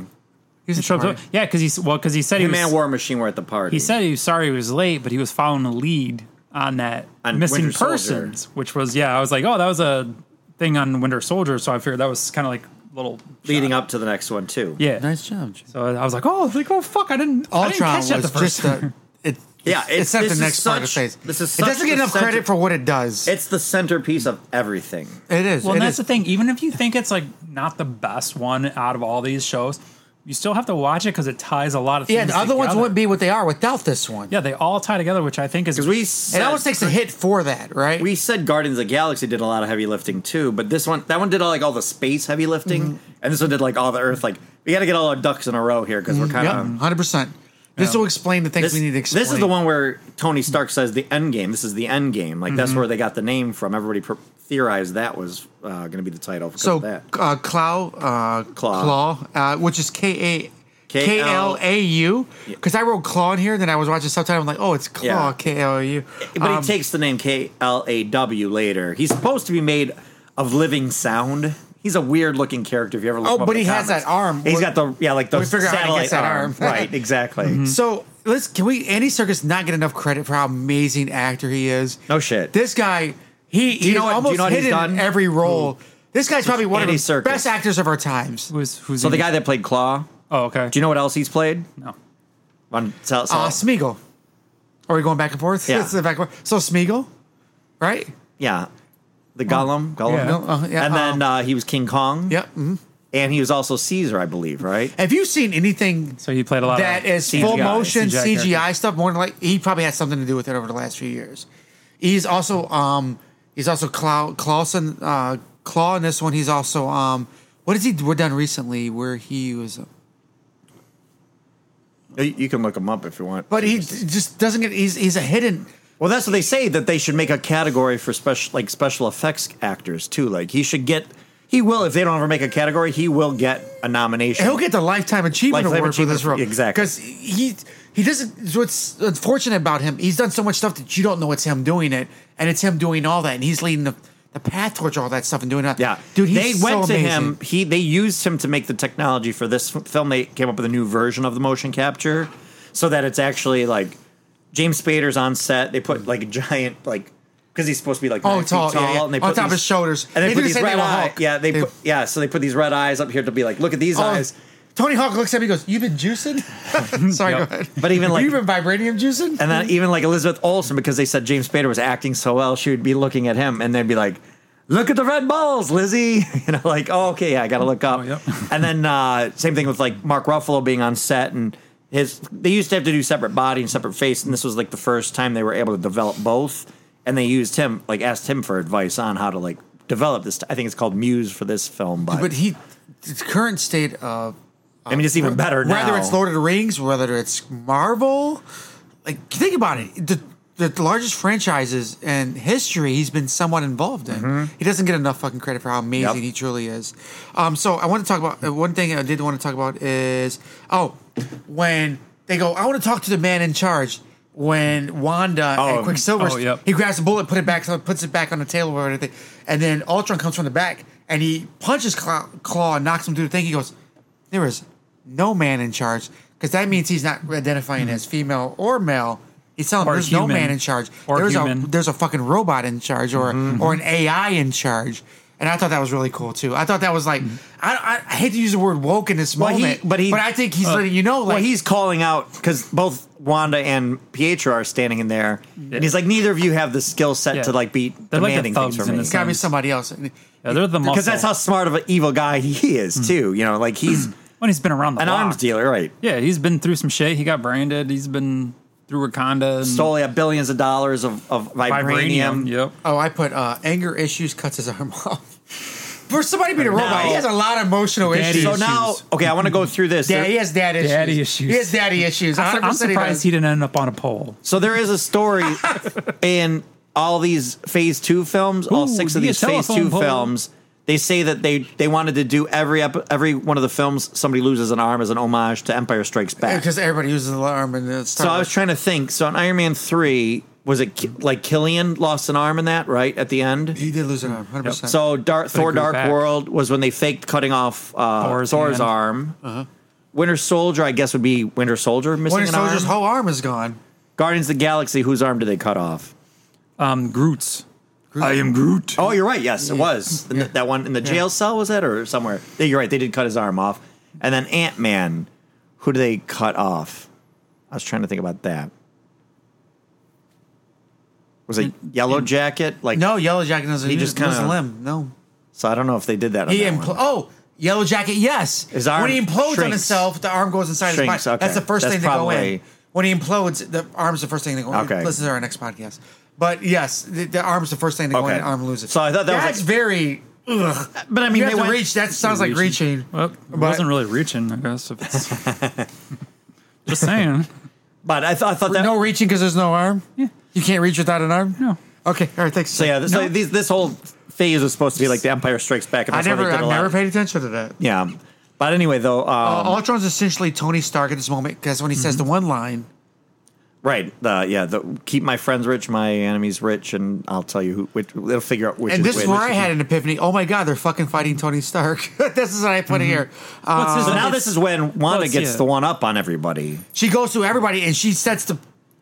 He was
shows
smart.
up. Yeah, because he's well, because he said he
Him
was.
and War Machine were at the party.
He said he was sorry he was late, but he was following a lead on that
On
missing
Winter Soldier.
persons, which was yeah. I was like, oh, that was a thing on Winter Soldier, so I figured that was kind of like a little
leading up to the next one too.
yeah.
Nice job. Jim.
So I was like, oh, I was like oh fuck, I didn't. I didn't
Ultron
catch that the
was just
first time.
a. It,
Yeah,
it's,
it's-
not
this
the
is
next part of
such-
phase.
this is
it
such
doesn't get
the
enough
center-
credit for what it does.
It's the centerpiece of everything.
it is.
Well,
it
and that's
is.
the thing. Even if you think it's like not the best one out of all these shows, you still have to watch it because it ties a lot of things.
Yeah, the other ones
together.
wouldn't be what they are without this one.
Yeah, they all tie together, which I think is
Because we
It
said-
almost takes a hit for that, right?
we said Guardians of the Galaxy did a lot of heavy lifting too, but this one, that one did all like all the space heavy lifting,
Mm-hmm.
and this one did like all the Earth. Like we got to get all our ducks in a row here because we're kind
yep,
of
hundred percent. This will explain the things
um, this,
we need to
this
explain.
is the one where Tony Stark says the end game. This is the end game. Like
Mm-hmm.
that's where they got the name from. Everybody pro- theorized that was uh, going to be the title. because
So
of that
uh, Clow, uh,
Claw.
Claw, uh, which is K A K L A U. Because I wrote Claw in here, then I was watching subtitle. I'm like, oh, it's Claw,
Yeah.
K L A U.
But
Um,
he takes the name K L A W later. He's supposed to be made of living sound. He's a weird looking character. If you ever look
Oh,
him up
but
in
he
the
has
comics.
that arm.
He's
We-
got the yeah, like the
we figure out how he
satellite
gets that
arm.
arm. Mm-hmm.
right, exactly.
So let's can we Andy Circus not get enough credit for how amazing actor he is?
No shit.
This guy, he he's
know what- do you
almost
know what he's
hidden in
done?
every role. This guy's probably one
Andy
of the
Serkis.
best actors of our times.
Who's who's
So the
he?
guy that played Claw.
Oh, okay.
Do you know what else he's played?
No.
On tell, tell-
Uh, Smeagol. Are we going back and forth?
Yeah.
This is back and forth. So Smeagol, right?
yeah, the Gollum. Gollum.
yeah.
No, uh, yeah,
and
um,
then Oh. uh, he was King Kong.
yep. mhm.
And he was also Caesar, I believe. Right.
Have you seen anything
So he played a lot
that
of
is
CGI,
full motion
CGI
CGI,
character.
stuff. More than like he probably had something to do with it over the last few years. He's also um he's also Clau Clausen uh Claw in this one. He's also um what is he we're done recently where he was
You- You can look him up if you want.
but he d- just doesn't get he's he's a hidden
Well, that's what they say that they should make a category for special like special effects actors too. Like he should get he will if they don't ever make a category, he will get a nomination.
he'll get the lifetime achievement
Lifetime
award
achievement,
for this role
exactly.
because he he doesn't what's unfortunate about him he's done so much stuff that you don't know it's him doing it and it's him doing all that and he's leading the the path towards all that stuff and doing that
yeah,
dude he's
they
so
went to
amazing.
him. He they used him to make the technology for this f- film. They came up with a new version of the motion capture so that it's actually like James Spader's on set. They put like a giant like because he's supposed to be like
Oh,
nine feet
tall, yeah, yeah.
and they
On
put
top of
these-
his shoulders.
and they,
They
put
did the
these
same
red
thing with
eyes.
Hulk.
Yeah, they,
They-
put, yeah. So they put these red eyes up here to be like, look at these
Oh,
eyes.
Tony Hawk looks at me and goes, You've been juicing? Sorry,
Yep.
go ahead.
But even, like-
You've been vibranium juicing?
And then even like Elizabeth Olsen, because they said James Spader was acting so well, she would be looking at him and they'd be like, "Look at the red balls, Lizzie." You know, like, "Oh, okay, yeah, I got to look up."
Oh, yep.
and then uh, same thing with like Mark Ruffalo being on set and his. They used to have to do separate body and separate face, and this was like the first time they were able to develop both. And they used him, like, asked him for advice on how to like develop this. I think it's called Muse for this film, but,
but he, his current state of.
I mean, it's even better now.
Whether it's Lord of the Rings, whether it's Marvel, like, think about it. The, the largest franchises in history he's been somewhat involved in. He doesn't get enough fucking credit for how amazing
Mm-hmm. Yep.
he truly is. Um, so I want to talk about uh, one thing I did want to talk about is oh, when they go, I want to talk to the man in charge. When Wanda
Oh,
and Quicksilver,
oh, yep.
he grabs the bullet, put it back, so puts it back on the table or anything, and then Ultron comes from the back and he punches Claw, Claw and knocks him through the thing. He goes, "There is no man in charge," because that means he's not identifying as female or male. He's telling him
Hmm. Or
there's no
human.
man in charge.
Or
there's a
human. Mm-hmm.
there's a fucking robot in charge or or an AI in charge. And I thought that was really cool too. I thought that was like
Mm-hmm.
I, I, I hate to use the word woke in this
Well, he-
moment,
but he-
I think he's
uh,
letting you know like
well, Oh, he's calling out because both Wanda and Pietro are standing in there, and he's like, neither of you have the skill set
Yeah.
to like be
They're like the
demanding
thugs in
things from me.
this
it's got to be somebody else.
Yeah, they're the
Because that's
muscle. Mm.
how smart of an evil guy he is, too. You know, like he's
when he's been around the
an
block.
arms dealer, right?
Yeah, he's been through some shit. He got branded. He's been through Wakanda. And
Stole yeah, billions of dollars of, of vibranium.
Yep.
Oh, I put uh, anger issues cuts his arm off. For somebody being a robot,
Now-
he has a lot of emotional
Daddy
issues.
So
issues.
now, okay, I want to go through this.
yeah,
There-
he has dad issues.
Daddy issues.
He has daddy issues.
I'm,
100% he
surprised
does.
he didn't end up on a pole.
So there is a story in all these Phase Two films, all
Ooh,
six of
yeah,
these Phase
telephone
Two
pole.
films. They say that they they wanted to do every ep- every one of the films somebody loses an arm as an homage to Empire Strikes Back.
because everybody uses the arm and it's
so I was trying to think. So in Iron Man Three, was it Ki- like Killian lost an arm in that right at the end?
he did lose an arm, hundred percent.
So Dark,
it
Thor:
grew
Dark
back.
World was when they faked cutting off uh, Thor's,
Thor's hand. Uh-huh.
arm. Winter Soldier, I guess, would be Winter Soldier missing
Winter
an
Soldier's
arm.
whole arm is gone.
Guardians of the Galaxy, whose arm did they cut off?
Um, Groot's. I am Groot.
Oh, you're right. Yes, it was In the- that one in the jail cell. Was that or somewhere? Yeah, You're right. They did cut his arm off, and then Ant Man. Who do they cut off? I was trying to think about that. Was it Yellow Jacket? Like
No, Yellow Jacket doesn't.
He
He
just
just kind of
kinda-
limb. No,
So I don't know if they did that. On
he
that
impl-
one.
oh Yellow Jacket. Yes,
His arm
when he implodes on
shrinks.
himself, the arm goes inside his
Shrinks,
body. That's
okay.
the first
That's
thing to go in.
probably-
When he implodes, the arm's the first thing to go in.
Okay.
Listen to our next podcast. But yes, the, the arm's the first thing to go
Okay.
in. Arm loses.
So I thought that was
that's
like-
very. Ugh.
But I mean,
you have
they
to
went-
reach. That sounds like reaching.
Well, it
But-
wasn't really reaching, I guess. If it's just saying.
But I, thought I thought that.
no reaching because there's no arm. Yeah. You can't reach without an arm.
No.
Okay. All right. Thanks.
so yeah, this, so these, this whole phase was supposed to be like the Empire Strikes Back. And
I
that's why they
never. Oh.
did a
I
lot.
never paid attention to that.
Yeah. But anyway, though, uh,
Ultron's essentially Tony Stark at this moment because when he says the one line,
right? The yeah, the keep my friends rich, my enemies rich, and I'll tell you who. Which, it'll figure out which.
and
is
this is
which.
where I had an epiphany. Oh my god, they're fucking fighting Tony Stark. this is what I
Mm-hmm.
put here. Uh,
So now this is when Wanda
it's-
gets
yeah.
the one up on everybody.
she goes through everybody and she sets the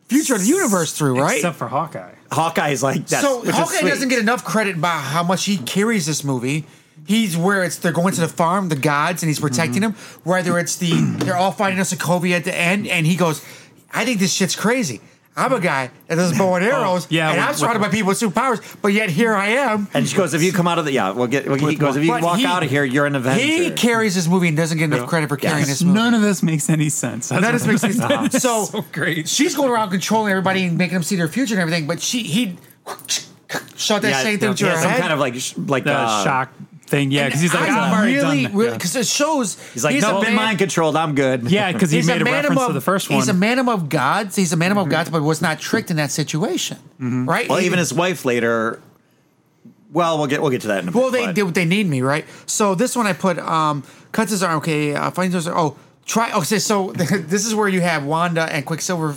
future of the universe through right.
Except for Hawkeye.
Hawkeye's like that.
so
which is
Hawkeye
sweet.
doesn't get enough credit by how much he carries this movie. He's where it's they're going to the farm, the gods, and he's
Mm-hmm.
protecting them. Whether it's the they're all fighting us at Sokovia at the end, and he goes, "I think this shit's crazy. I'm a guy that does bow and arrows,
Oh, yeah,
and
with-
I'm surrounded by
with-
people with superpowers, but yet here I am."
And she goes, "If you come out of the yeah, we'll get." Well, he goes, "If you
But
walk
he-
out of here, you're an Avenger."
He carries this movie and doesn't get enough
Yeah.
credit for carrying this movie.
None of this makes any sense. That's
None of this
what-
makes any sense.
That's
So-
so great.
She's going around controlling everybody and making them see their future and everything, but she he shot that
yeah,
same thing to
yeah,
her
some
head.
kind of like sh- like
That
uh,
shock thing. Yeah, because he's like,
I
"Ah, I've already
really,
done that." Yeah.
because it shows
He's like,
a
"Nope, been
man-
mind controlled. I'm good."
Yeah, because he
he's
made a,
man
reference
of,
to the first one. Mm-hmm.
He's a man of gods. He's a man of gods, but was not tricked in that situation, right?
well,
He-
even his wife later. Well, we'll get we'll get to that in a bit.
Well, they
but-
they, they need me, right? So this one I put um cuts his arm. Okay, uh, finds his oh try. Okay, so this is where you have Wanda and Quicksilver.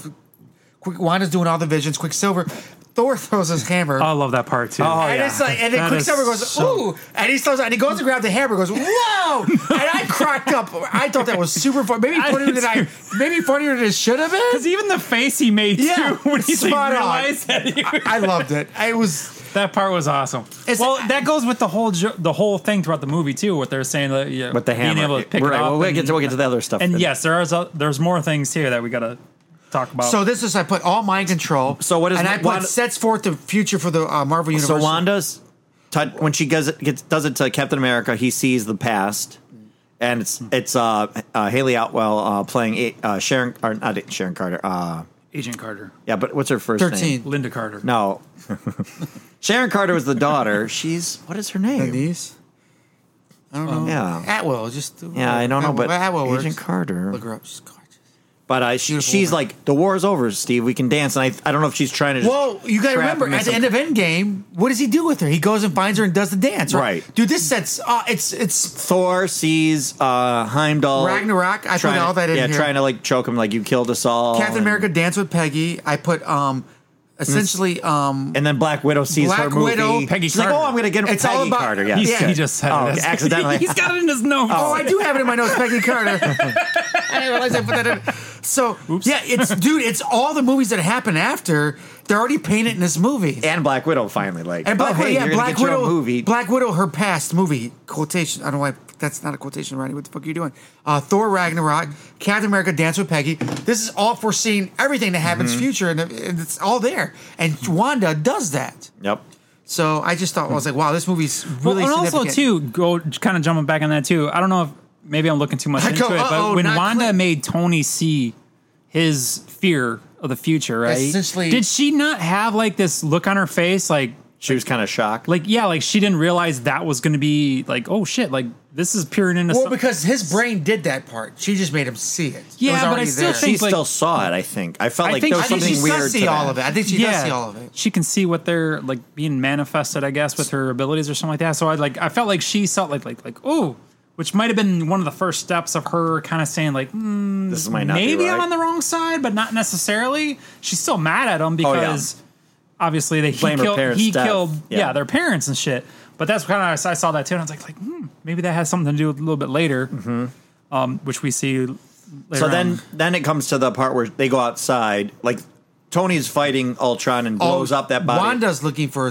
Quick, Wanda's doing all the visions. Quicksilver, Thor throws his hammer.
I love that part too.
Oh,
and
yeah.
it's like, and then
That
Quicksilver
is
goes,
so-
ooh, and he slows down, and he goes and grabs the hammer, goes, whoa, and I cracked up. I thought that was super funny, maybe
I
funnier
did
than I, maybe funnier than it should have been.
Because even the face he made
Yeah,
too when he's
spot
like,
on.
realized that he was-
I loved it. I was
that part was awesome.
It's-
well, that goes with the whole jo- the whole thing throughout the movie too. What they're saying that yeah,
with the hammer.
being able to pick
right,
it up.
well, we'll get
and-
to we'll get to the other stuff.
and
then.
yes, there is a, there's more things here that we gotta talk about.
So this is I put all mind control.
So what is-
and I put
Wanda-
sets forth the future for the uh, Marvel universe.
So Wanda's tou- when she does it, gets, does it to Captain America, he sees the past, and it's
Hmm.
it's uh, uh, Haley Outwell uh, playing A- uh, Sharon or not Sharon Carter. Uh,
Agent Carter,
yeah, but what's her first name?
thirteen.
Linda Carter.
No, Sharon Carter was the daughter. She's what is her name?
Denise. I don't know.
Yeah.
Atwell. Just do-
Yeah, I don't know,
Atwell-
but
Atwell works.
Agent Carter.
Look her up. She's gorgeous.
But uh, she,
Beautiful
she's
woman.
like, the war's over, Steve. We can dance. And I, I don't know if she's trying to. Just
Well, you got to
trap
remember
him in
at the end
some-
of Endgame, what does he do with her? He goes and finds her and does the dance, right?
Right.
Dude, this sets. Uh, it's it's
Thor sees uh, Heimdall.
Ragnarok, I put
trying to-
all that in
Yeah,
here.
trying to like choke him, like you killed us all.
Captain
and-
America dance with Peggy. I put um essentially um
And then Black Widow sees
Black
her movie.
Widow-
Peggy
She's
Carter.
like, oh, I'm going to get him.
It's
Peggy
all about-
Carter. Yeah.
He's-
yeah.
he just said
Oh,
it.
okay, accidentally.
he's got it in his nose.
Oh, I do have it in my nose, Peggy Carter. I didn't realize I put that in. So yeah, it's dude, it's all the movies that happen after. They're already painted in this movie.
and Black Widow finally like.
And Black
oh, hey,
Widow, yeah,
you're gonna
Black
get your own
Widow,
movie.
Black Widow, her past movie quotation. I don't know why that's not a quotation, Ronnie. What the fuck are you doing? Uh, Thor Ragnarok, Captain America, Dance with Peggy. This is all foreseeing everything that happens
Mm-hmm.
future, and, and it's all there. And Wanda does that.
yep.
So I just thought I was like, wow, this movie's really
well, and also
significant.
too, go kind of jumping back on that too. I don't know if maybe I'm looking too much
I
into
go,
it,
"Uh-oh,
but when
not
Wanda
Clint."
made Tony see his fear of the future, right?
Essentially-
did she not have like this look on her face, like?
She was kind of shocked.
Like yeah, like she didn't realize that was going to be like oh shit, like this is peering into.
Well,
some-
because his brain did that part. She just made him see it. It
Yeah,
was
but I
already
still
there.
she
think, like-
still saw it. I think. I felt
I
like
think-
there was
I think
something
she
weird.
does
to
see
that.
all of it. I think she does see all of it.
She can see what they're like being manifested, I guess, with her abilities or something like that. So I like I felt like she felt like like like oh, which might have been one of the first steps of her kind of saying like mm,
This might not
maybe
be right.
I'm on the wrong side, but not necessarily. She's still mad at him
Oh, yeah.
because obviously they he
Blame her
killed
parents'
he
death.
killed
Yeah.
yeah. their parents and shit. But that's kind of I saw that too, and I was like like hmm, maybe that has something to do with a little bit later, um, which we see. Later
Mm-hmm. So
on.
then, then it comes to the part where they go outside. Like Tony's fighting Ultron and
Oh,
blows up that body.
Wanda's looking for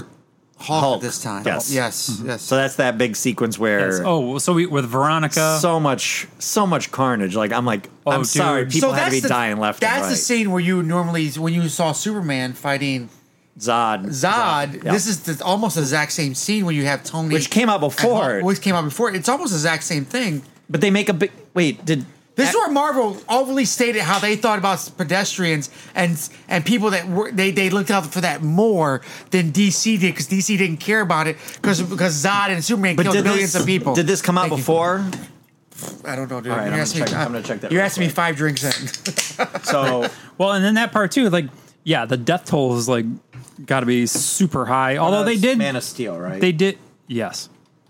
Hulk,
Hulk,
this time.
yes. Mm-hmm.
yes, yes.
So that's that big sequence where
oh, so we with Veronica.
so much, so much carnage. Like I'm like,
Oh,
I'm
dude.
sorry,
So
people had to
that's
be
the-
dying left.
That's
and right.
the scene where you normally, when you saw Superman fighting
Zod.
Zod,
Yeah.
this is the, almost the exact same scene where you have Tony,
Which came out
and
before.
Hulk, which came out before. It's almost the exact same thing.
But they make a big wait. Did
This is
that-
where Marvel overly stated how they thought about pedestrians and and people that were they, they looked out for that more than DC did because DC didn't care about it because because Zod and Superman
But
killed
did
millions
this,
of people.
Did this come out
Thank you.
before?
I don't know, dude.
All right,
You're
I'm
asking
gonna
me-
check- I'm gonna check that
You're
real
asking me
quick.
five drinks in.
So
Well, and then that part too, like yeah, the death toll is like got to be super high. Although they did,
Man of Steel, right?
they did, yes.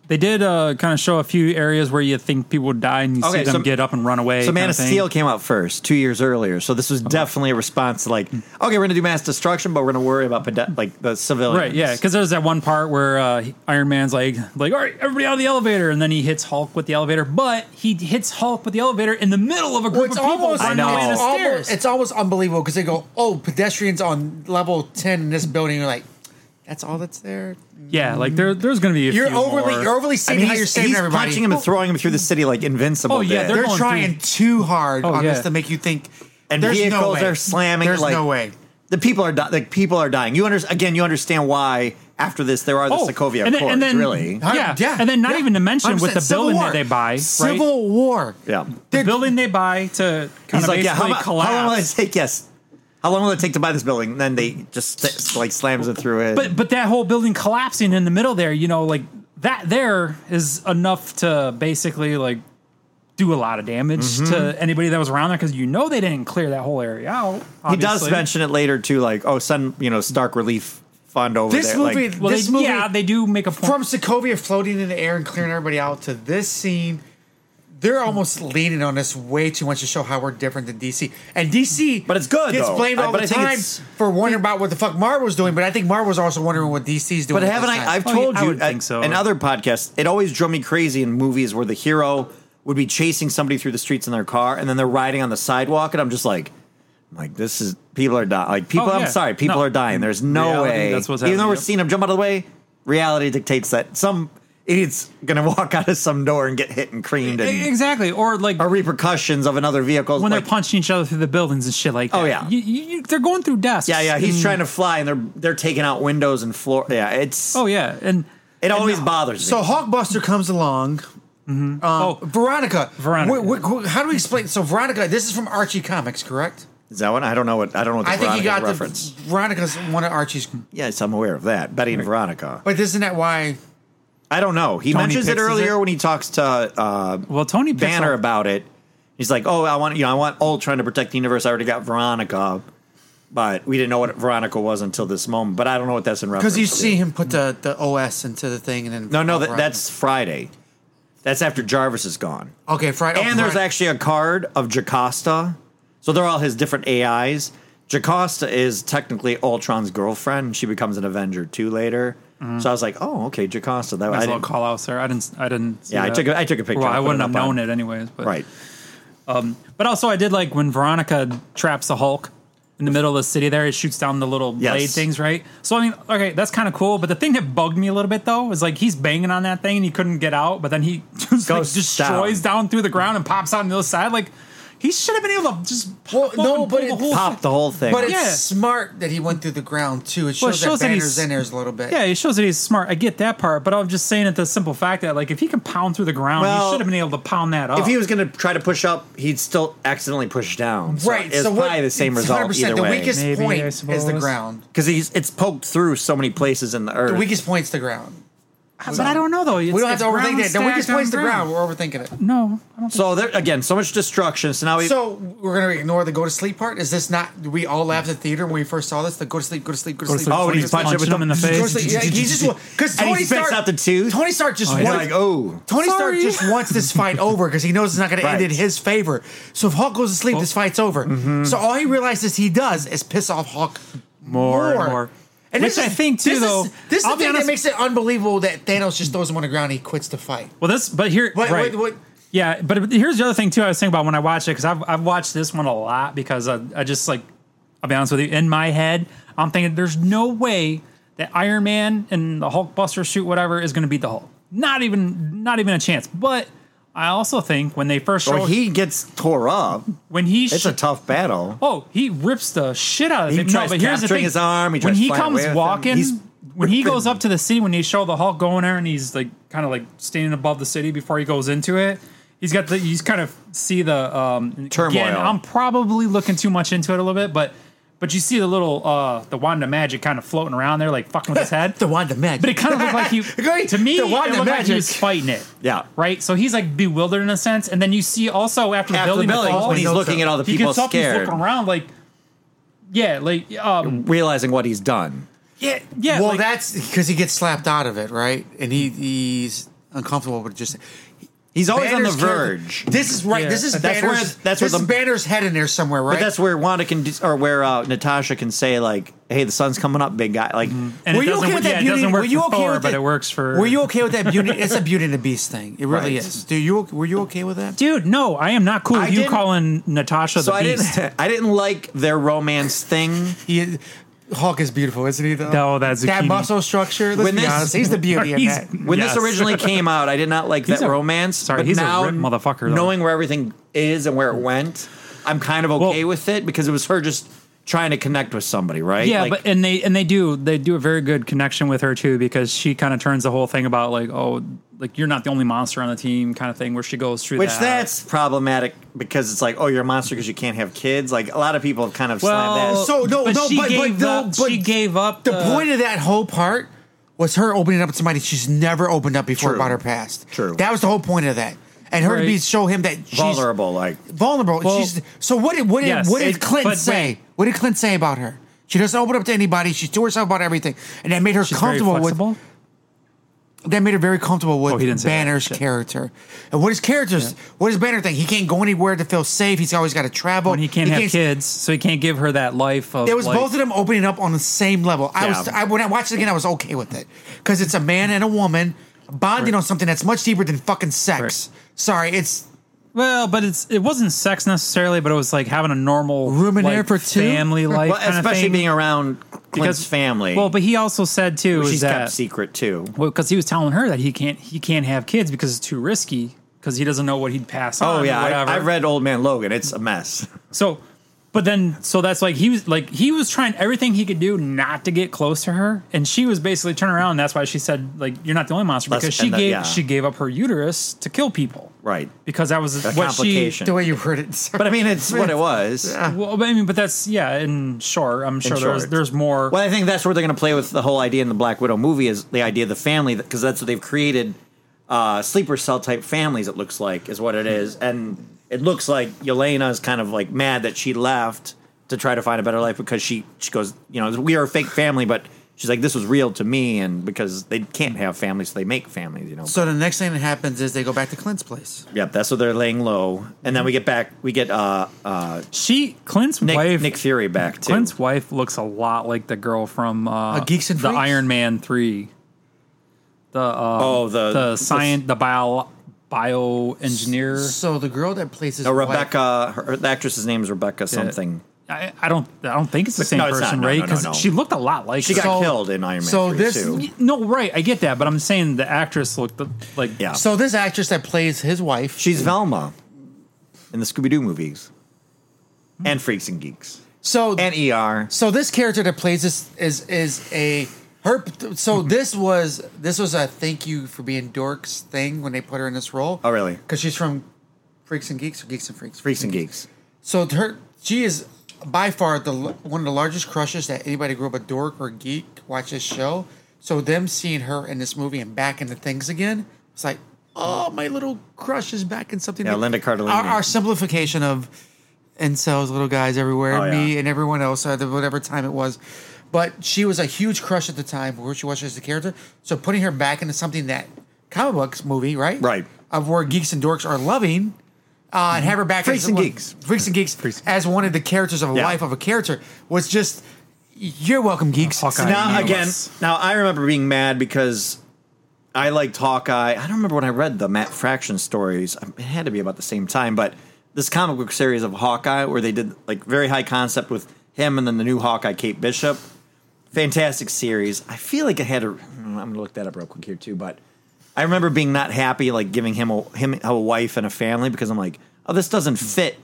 They did uh, kind of show a few areas where you think people would die and you see
Okay,
them
so-
get up and run away.
So Man
kinda
of
thing.
Steel came out first, two years earlier. So this was definitely a response to like, okay, we're gonna do mass destruction, but we're gonna worry about pede- like the civilians.
Right, yeah, because there's that one part where uh, Iron Man's like, like, all right, everybody out of the elevator, and then he hits Hulk with the elevator, but he hits Hulk with the elevator in the middle of a group
Well, it's
of people
almost,
running down the
it's, almost
stairs.
it's almost unbelievable because they go, oh, pedestrians on level ten in this building. You're like, that's all that's there.
yeah, like there, there's going to be a
You're
few
overly,
more.
you're overly
I
saving
mean,
how
he's,
you're saving
he's
everybody.
punching him and throwing him through the city like Invincible.
Oh, yeah,
did.
they're
They're
going
trying too hard
Oh,
on
yeah.
this to make you think.
and
there's
vehicles
no way.
are slamming.
There's
like,
no way.
The people are di- like people are dying. You understand again. You understand why after this there
Oh,
are the Sokovia
and then,
Accords.
and then,
really,
Huh?
yeah, and then not
yeah.
even to mention with
100%.
the
Civil
building
War.
that they buy, right?
Civil War.
yeah.
the building they buy to kind
He's
of
like,
basically
yeah. How, mu- how
collapse.
long will it take? Yes. How long will it take to buy this building? And then they just s- like slams it through it.
But but that whole building collapsing in the middle there, you know, like that there is enough to basically like do a lot of damage
Mm-hmm.
to anybody that was around there because you know they didn't clear that whole area out.
he does
obviously.
mention it later too. Like, oh, send you know Stark Relief Fund over
This
there.
movie-
like,
Well,
This
they,
movie-
yeah, they do make a point.
From Sokovia floating in the air and clearing everybody out to this scene, they're almost leaning on this way too much to show how we're different than DC. And DC,
But it's good,
Gets
though.
blamed
I-
all
but
the
I think
time
it's-
for wondering about what the fuck Marvel's doing. But I think Marvel's also wondering what DC's doing.
But
at
haven't
this time.
I? I've
Oh, yeah,
told
I
you
would think so.
in other podcasts. It always drove me crazy in movies where the hero would be chasing somebody through the streets in their car, and then they're riding on the sidewalk, and I'm just like, I'm like this is people are dying. Like people,
Oh,
I'm
yeah.
sorry, people
No.
are dying. There's no
Reality,
way.
that's what's
Even though
happening,
we're
yep.
seeing them jump out of the way, reality dictates that some idiot's gonna walk out of some door and get hit and creamed, and
E- exactly, or like
or repercussions of another vehicle
when
like,
they're punching each other through the buildings and shit like that.
Oh, yeah.
You- you- you- they're going through desks.
Yeah, yeah, he's
and-
trying to fly, and they're they're taking out windows and floor. Yeah, it's
Oh yeah, and
it always bothers me.
So Hulkbuster comes along. Um,
Oh.
Veronica.
Veronica.
Wh- wh- wh- how do we explain? So Veronica, this is from Archie Comics, correct?
Is that one? I don't know what I don't know what the
I think
Veronica
you got
reference.
the Veronica's one of Archie's.
yes, I'm aware of that. Betty and Veronica.
But isn't that why?
I don't know. He
Tony
mentions it
Picks, is
earlier
it?
when he talks to uh,
well, Tony picks
Banner
up-
about it. He's like, "Oh, I want you know, I want Ultron to protect the universe. I already got Veronica, but we didn't know what Veronica was until this moment. But I don't know what that's in reference."
Because you
to.
see him put the, the OS into the thing and then.
no, no, that,
Veronica.
that's Friday. That's after Jarvis is gone.
Okay, oh, Friday.
and there's actually a card of Jocasta. So they're all his different AIs. Jocasta is technically Ultron's girlfriend. She becomes an Avenger too later.
Mm-hmm.
So I was like, oh, okay, Jocasta. That
Nice
I
little
didn't,
call out there. I didn't. I didn't. see
Yeah, I
that.
took a- I took a picture.
Well,
I
I
put it
wouldn't have
up on-
known it anyways. But.
right.
But also, I did like when Veronica traps the Hulk in the middle of the city. There, it shoots down the little
Yes.
blade things, right? So I mean, okay, that's kind of cool. But the thing that bugged me a little bit though is like he's banging on that thing and he couldn't get out. But then he just like,
Goes
destroys down. through the ground and pops out on the other side. Like he should have been able to just
Well,
pop
no,
up and
but
pull
it
the whole
Pop the whole thing.
But it's
Yeah.
smart that he went through the ground too. It shows,
Well, it shows
that
that he's-
Banner's in there a little bit.
Yeah, it shows that he's smart. I get that part, but I'm just saying it the simple fact that like if he can pound through the ground,
Well,
he should have been able to pound that up.
if he was going to try to push up, he'd still accidentally push down. So
right.
It's
so
probably
what,
the same
it's
result
100%,
either
the
way.
weakest
Maybe, I
point is the
suppose.
ground.
Because he's it's poked through so many places in the earth.
The weakest point's the ground.
but I don't know though.
We don't have to overthink that. The weakest point's the ground. We're overthinking it.
No, I don't.
so there again, so much destruction. So now we
So we're gonna ignore the go to sleep part. Is this not? We all laughed at the theater when we first saw this. The go to sleep, go to sleep, go to
Go to
sleep.
sleep,
go
oh, and
to
he's
sleep,
punching
punching him in the
go to
face.
sleep. Yeah, he just because
and
Tony
he spits
Stark
out the tooth.
Tony Stark just
He's
wants
like, oh,
Tony
Sorry.
Stark just wants this fight over because he knows it's not going to
Right.
end in his favor. So if Hulk goes to sleep, this fight's over.
mm-hmm.
So all he realizes he does is piss off Hulk
More and more. Which
this
I think, too,
this is-
though,
this is
I'll
the
be
thing that
honest-
makes it unbelievable that Thanos just throws him on the ground and he quits the fight.
Well, this, but here,
What,
right?
what, what,
Yeah, but here's the other thing too. I was thinking about when I watched it because I've I've watched this one a lot because I, I just like I'll be honest with you. In my head, I'm thinking there's no way that Iron Man and the Hulk Buster shoot whatever is going to beat the Hulk. Not even not even a chance. But I also think when they first show
Or he gets tore up.
when he
It's
sh-
a tough battle.
Oh, he rips the shit out of
He
him.
tries
no, but here's the
capturing
thing.
his arm, he
when
tries
he
flying away
comes
with him,
walking,
he's
when he
ripping-
goes up to the city, when they show the Hulk going there, and he's like kind of like standing above the city before he goes into it. He's got the. He's kind of see the um,
Turmoil.
Again, I'm probably looking too much into it a little bit, but but you see the little uh the wand of magic kind of floating around there, like fucking with his head.
the Wanda Magic.
But it kind of looked like he,
Great.
to me,
The
it
wand
looked
of
like he
magic.
was fighting it.
Yeah.
Right? So he's like bewildered in a sense. And then you see also after,
After the
building,
building,
falls,
when he's looking at all the
he
people
gets up,
scared.
he's looking around like, yeah, like, um,
realizing what he's done.
yeah, yeah.
well,
like,
that's because he gets slapped out of it, right? And he, he's uncomfortable, but just
He's
Oh,
always on the
Banner's character-
verge.
This is right.
Yeah.
This is
That's where-
Banner's.
that's
that's
where
this
the-
is Banner's head in there somewhere, right?
But that's where Wanda can, dis- or where uh, Natasha can say like, "Hey, the sun's coming up, big guy." Like,
Mm-hmm. And
were
it
you
doesn't,
okay with that
yeah, it
Beauty?
doesn't work
were you
for
okay
Thor,
with
but
that-
it works for.
Were you okay with that Beauty? It's a Beauty and the Beast thing. It really
Right.
is. Do you? Were you okay with that?
dude? No, I am not cool.
I
with you
didn't-
calling Natasha
so
the
I
Beast?
didn't, I didn't like their romance thing.
He, Hulk is beautiful, isn't he? Though?
No, Oh, that's
that
zucchini.
muscle structure. Let's
When
be
this-
honest. He's the beauty in
He's-
that.
When
Yes.
this originally came out, I did not like that
a-
romance.
sorry,
but
he's a
now,
ripped motherfucker, though. Mm.
Knowing where everything is and where it went, I'm kind of okay
Well-
with it because it was her just trying to connect with somebody, right?
Yeah,
Like,
but and they and they do they do a very good connection with her too because she kind of turns the whole thing about like oh like you're not the only monster on the team kind of thing where she goes through
which
that.
that's problematic because it's like, oh, you're a monster because you can't have kids. Like a lot of people have kind of slammed that.
well
So
So, no, no,
she
but- but
gave
no,
up,
but
she gave up
The point of that whole part was her opening up to somebody she's never opened up before
True.
about her past.
True.
That was the whole point of that, and her to be
Right.
show him that she's
vulnerable, like
vulnerable.
Well-
she's so what did what did
Yes,
what did
it-
Clint
but wait.
say? What did Clint say about her? She doesn't open up to anybody. She's to herself about everything, and that made her
she's very
comfortable with
flexible.
that made her very comfortable with
Oh, he didn't say that.
Banner's
Shit.
character. And what is characters? What is Banner thing? He can't go anywhere to feel safe. He's always got to travel.
and he can't have kids, so he can't give her that life of
It was
like,
both of them opening up on the same level. I was
Yeah.
I, when I watched it again, I was okay with it because it's a man and a woman bonding on something that's much deeper than fucking sex. Sorry, it's
Well, but it's it wasn't sex necessarily, but it was like having a normal
Room in
like,
there for two?
family life,
well,
kind of
especially
thing.
being around Clint's family.
Well, but he also said too
which
is
she's kept
that
secret too.
well because he was telling her that he can't he can't have kids because it's too risky because he doesn't know what he'd pass on.
Oh
or
yeah,
whatever.
I, I've read Old Man Logan. It's a mess.
So, but then, so that's like he was like he was trying everything he could do not to get close to her, and she was basically turning around. And that's why she said like you're not the only monster
That's-
because she
and that-
gave
yeah.
she gave up her uterus to kill people,
Right.
Because that was
A
what she.
complication.
the way you heard it. Sorry.
But I mean, it's what it was.
Well, but I mean, but that's yeah. In short, I'm sure there's
short.
there's more.
Well, I think that's where they're going to play with the whole idea in the Black Widow movie is the idea of the family because that's what they've created uh, sleeper cell type families. It looks like is what it is, and it looks like Yelena is kind of like mad that she left to try to find a better life because she she goes, you know, we are a fake family, but she's like this was real to me, and because they can't have families, so they make families, you know.
so the next thing that happens is they go back to Clint's place.
yep, that's what they're laying low, and then we get back, we get uh, uh,
she Clint's
Nick,
wife.
Nick Fury back too.
Clint's wife looks a lot like the girl from uh,
Uh, Geeks and
the
Freaks?
Iron Man three. The uh,
Oh, the-
the science the bio bio engineer.
So the girl that plays his
Uh,
wife-
Rebecca, her, the actress's name is Rebecca something.
I, I don't. I don't think it's the same
No, it's not.
person,
No,
right?
no, no,
Because
no.
she looked a lot like.
She got
So-
killed in Iron Man.
so
3
this-
too.
no right. I get that, but I'm saying the actress looked the- like.
Yeah.
So this actress that plays his wife,
She's Velma in the Scooby Doo movies and Freaks and Geeks
so
and ER.
so this character that plays this is is a her. So
Mm-hmm.
this was this was a thank you for being dorks thing when they put her in this role.
Oh, really?
Because she's from Freaks and Geeks or Geeks and Freaks.
Freaks and Geeks.
So her she is by far the l- one of the largest crushes that anybody grew up a dork or geek watch this show. So them seeing her in this movie and back into things again, it's like, oh, my little crush is back in something.
Yeah,
that-
Linda Cardellini.
Our, our simplification of incels, little guys everywhere,
Oh,
me
yeah.
and everyone else at the- whatever time it was. But she was a huge crush at the time where she was as a character. So putting her back into something that comic books movie, right?
Right.
Of where geeks and dorks are loving. Uh, and have her back
Freaks
as
and
one-
Geeks.
Freaks and Geeks as one of the characters of a
Yeah.
life of a character was just you're welcome, geeks.
Hawkeye.
So
Now
Nice.
again, now I remember being mad because I liked Hawkeye. I don't remember when I read the Matt Fraction stories. Um, It had to be about the same time, but this comic book series of Hawkeye where they did like very high concept with him and then the new Hawkeye, Kate Bishop. Fantastic series. I feel like I had to. I'm going to look that up real quick here too, but I remember being not happy, like giving him a him a wife and a family because I'm like, oh, this doesn't
Hmm.
fit.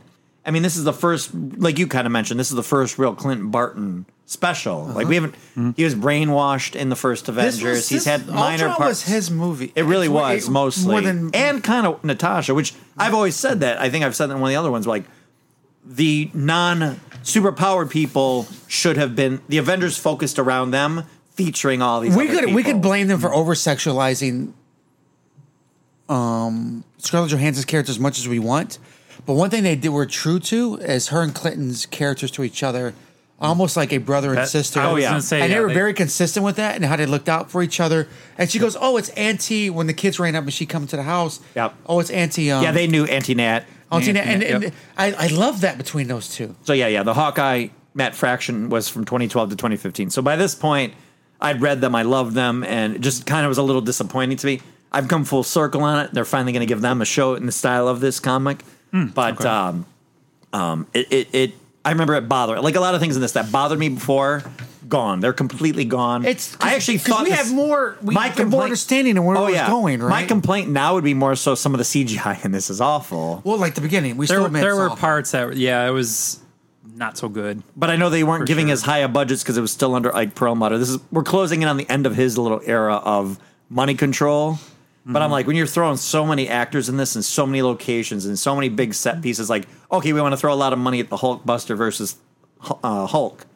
I mean, this is the first, like you kind of mentioned, this is the first real Clint Barton special. Like we haven't, he was brainwashed in the first Avengers.
Uh-huh. Hmm. this was-
He's
this-
had minor
Ultron
parts.
was his movie.
It really
It's-
was
it-
mostly,
more than
and kind of Natasha, which I've always said that. I think I've said that in one of the other ones. Like the non superpowered people should have been the Avengers focused around them, featuring all these.
we
other
could we could
people.
blame them for
Mm.
over sexualizing um Scarlett Johansson's character as much as we want. But one thing they did were true to is her and Clinton's characters to each other almost like a brother and
That-
sister.
I was
yeah.
gonna say,
and
yeah,
they were
they-
very consistent with that and how they looked out for each other. And she goes, "Oh, it's Auntie." When the kids ran up and she come to the house,
Yep.
Oh, it's Auntie. Um,
Yeah, they knew Auntie Nat.
Auntie,
Yeah,
Na- and,
yeah,
and
yep.
I, I love that between those two.
So yeah, yeah, the Hawkeye Matt Fraction was from 2012 to 2015. So by this point, I'd read them, I loved them, and it just kind of was a little disappointing to me. I've come full circle on it. They're finally going to give them a show in the style of this comic,
Hmm,
but um, um, it, it, it, I remember it bothered like a lot of things in this that bothered me before. Gone. They're completely gone.
It's- 'cause-
I actually
'cause
thought
we
this- Oh,
have more- we have more understanding of where it was going,
My
right?
complaint now would be more so some of the CGI in this is awful.
Well, like the beginning, we
There,
still
were-
admit
there
it's
were
awful.
parts that, yeah, it was not so good.
But I know they weren't giving
sure.
as high a budgets because it was still under Ike Perlmutter. This is we're closing in on the end of his little era of money control. But
Mm-hmm.
I'm like, when you're throwing so many actors in this and so many locations and so many big set
Mm-hmm.
pieces, like, okay, we want to throw a lot of money at the Hulk Buster versus uh, Hulk.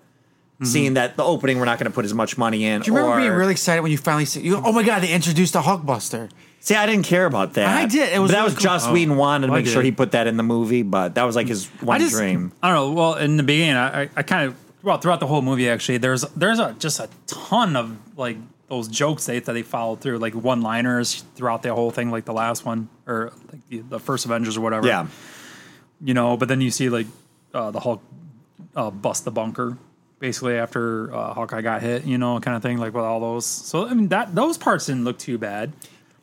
Seeing that the opening, we're not going to put as much money in.
Mm-hmm. Do you remember
or-
being really excited when you finally see? You, oh my god, they introduced the Hulkbuster.
See, I didn't care about that.
I did. It was
But that
really
was
cool. Oh.
Joss Whedon wanted to
I
make sure
did.
he put that in the movie, but that was like his
Mm.
one
I just,
dream.
I don't know. Well, in the beginning, I, I, I kind of well throughout the whole movie actually. There's there's a, just a ton of like those jokes they, that they followed through, like one liners throughout the whole thing, like the last one or like the, the first Avengers or whatever.
Yeah.
you know. But then you see like uh, the Hulk uh, bust the bunker basically after uh, Hawkeye got hit, you know, kind of thing. Like with all those. So I mean that those parts didn't look too bad.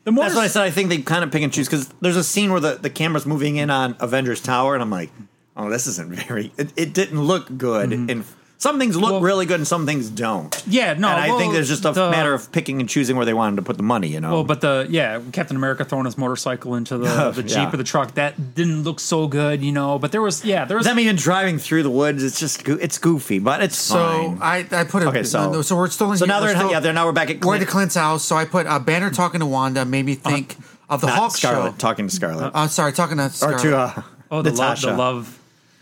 The more
That's what I said. I think they kind of pick and choose because there's a scene where the, the camera's moving in on Avengers Tower, and I'm like, oh, this isn't very. It, it didn't look good, and some things look
Mm-hmm. Well-
really good, and some things don't.
yeah, no.
and I
well,
think there's just a
the-
matter of picking and choosing where they wanted to put the money. You know,
Well, Oh, but the yeah, Captain America throwing his motorcycle into the, the
Oh, Yeah.
jeep or the truck that didn't look so good, you know. But there was yeah, there was
them even driving through the woods, it's just goo- it's goofy, but it's
So
fine.
uh,
I, I put a
Okay, so-
no, so we're still in
so now
we're
they're in-
still-
yeah, they're now we're back at
we're at
Clint-
the Clint's house. So I put a banner talking to Wanda made me think of the
Uh, Not
Hulk
Scarlet
show.
talking to Scarlet
I'm sorry, talking to
or
Scarlet.
to uh,
Uh, oh the love,
Natasha.
the love,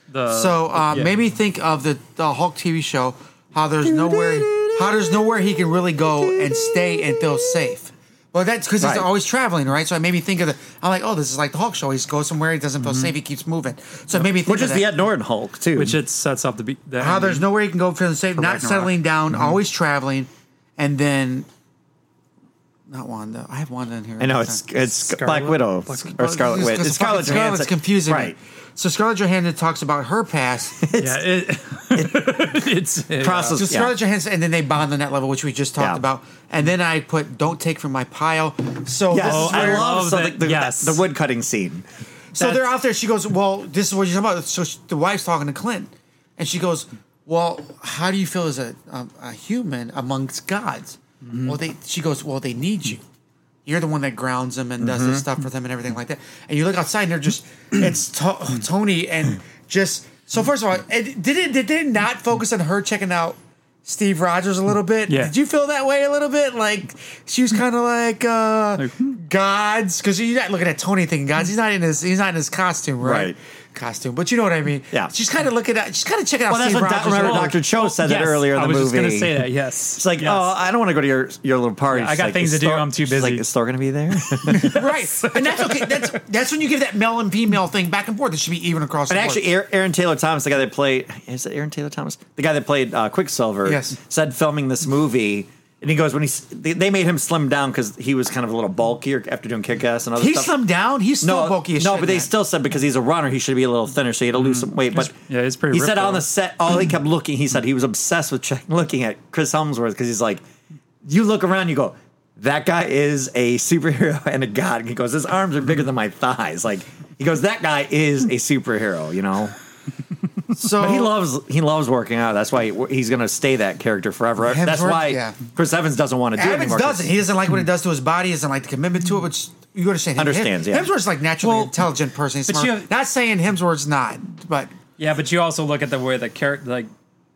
the
so uh,
yeah.
made me think of the, the Hulk TV show. How there's nowhere how there's nowhere he can really go and stay and feel safe. Well, that's because
Right.
he's always traveling, right? So it made me think of the. I'm like, oh, this is like the Hulk show. He's go somewhere, he doesn't feel safe, he keeps moving. So it made me think
Mm-hmm. which
of
is
that.
the Ed Norton Hulk too.
which it sets up the, be- the
how
ending.
Ah, there's nowhere you can go feeling safe, not
Ragnarok.
settling
Mm-hmm.
down, always traveling, and then not Wanda. I have Wanda in here.
I know
all the
it's
time.
it's Black
Scarlet?
Widow
Black-
or Scarlet Witch. It's Scarlet
fucking Scarlet's
Johansson.
confusing, me.
right?
So Scarlett Johansson talks about her past.
yeah, it, it's it,
Process.
So
yeah.
Scarlett Johansson, and then they bond on that level, which we just talked
Yeah.
about. And then I put "Don't take from my pile." So this is
Yes, Oh, I
where-
love
love
so the,
that-
the,
yes.
the wood cutting scene.
So they're out there. She goes, "Well, this is what you're talking about." So she, the wife's talking to Clint, and she goes, "Well, how do you feel as a um, a human amongst gods?" Well, they she goes, "Well, they need you. You're the one that grounds them and does this stuff for them and everything like that." And you look outside, and they're just it's to- Tony and just so. First of all, it, did it did they not focus on her checking out? Steve Rogers a little bit.
Yeah.
Did you feel that way a little bit? Like she was kind of like uh
Like, hmm.
gods because you're not looking at Tony thinking gods. He's not in his he's not in his costume, right?
Right.
Costume, but you know what I mean.
Yeah.
she's kind of looking at she's kind of checking out.
Well, that's
Steve
what Doc-
Rogers
remember
role.
Dr. Cho said that
Yes,
earlier in the
I was just gonna
movie.
say that. Yes,
It's like,
yes.
oh, I don't want to go to your your little party.
Yeah, I
She's
got
like,
things
"Is
to do,
Thor-"
I'm too
she's like,
busy.
is Thor going to be there?
right? And that's okay. That's that's when you give that male and female thing back and forth. It should be even across.
but
the
actually,
board.
Aaron, Aaron Taylor Thomas, the guy that played is it Aaron Taylor Thomas, the guy that played uh, Quicksilver,
Yes.
said filming this movie. And he goes when he s- they, they made him slim down because he was kind of a little bulkier after doing kick ass and other
he
stuff.
slimmed down. He's still
no,
bulky as
no,
shit
but they
man.
still said because he's a runner, he should be a little thinner, so he had to lose some weight. But
Mm-hmm. yeah, he's pretty
He
ripped,
said on
though.
the set, all he kept looking. He said he was obsessed with check, looking at Chris Helmsworth because he's like, you look around, you go, that guy is a superhero and a god. And he goes, his arms are bigger than my thighs. Like he goes, that guy is a superhero. You know,
So
but he loves he loves working out. That's why he- he's going to stay that character forever. That's
Hemsworth,
why
yeah.
Chris Evans doesn't want to do it
Evans
anymore. 'cause-
doesn't. He doesn't like what
Hmm.
it does to his body. He doesn't like the commitment to it. Which you understand. Him-
Understands, yeah.
Hemsworth's like naturally
Well,
intelligent person. He's
but
smart.
you-
not saying Hemsworth's not, but
yeah. But you also look at the way the character, like,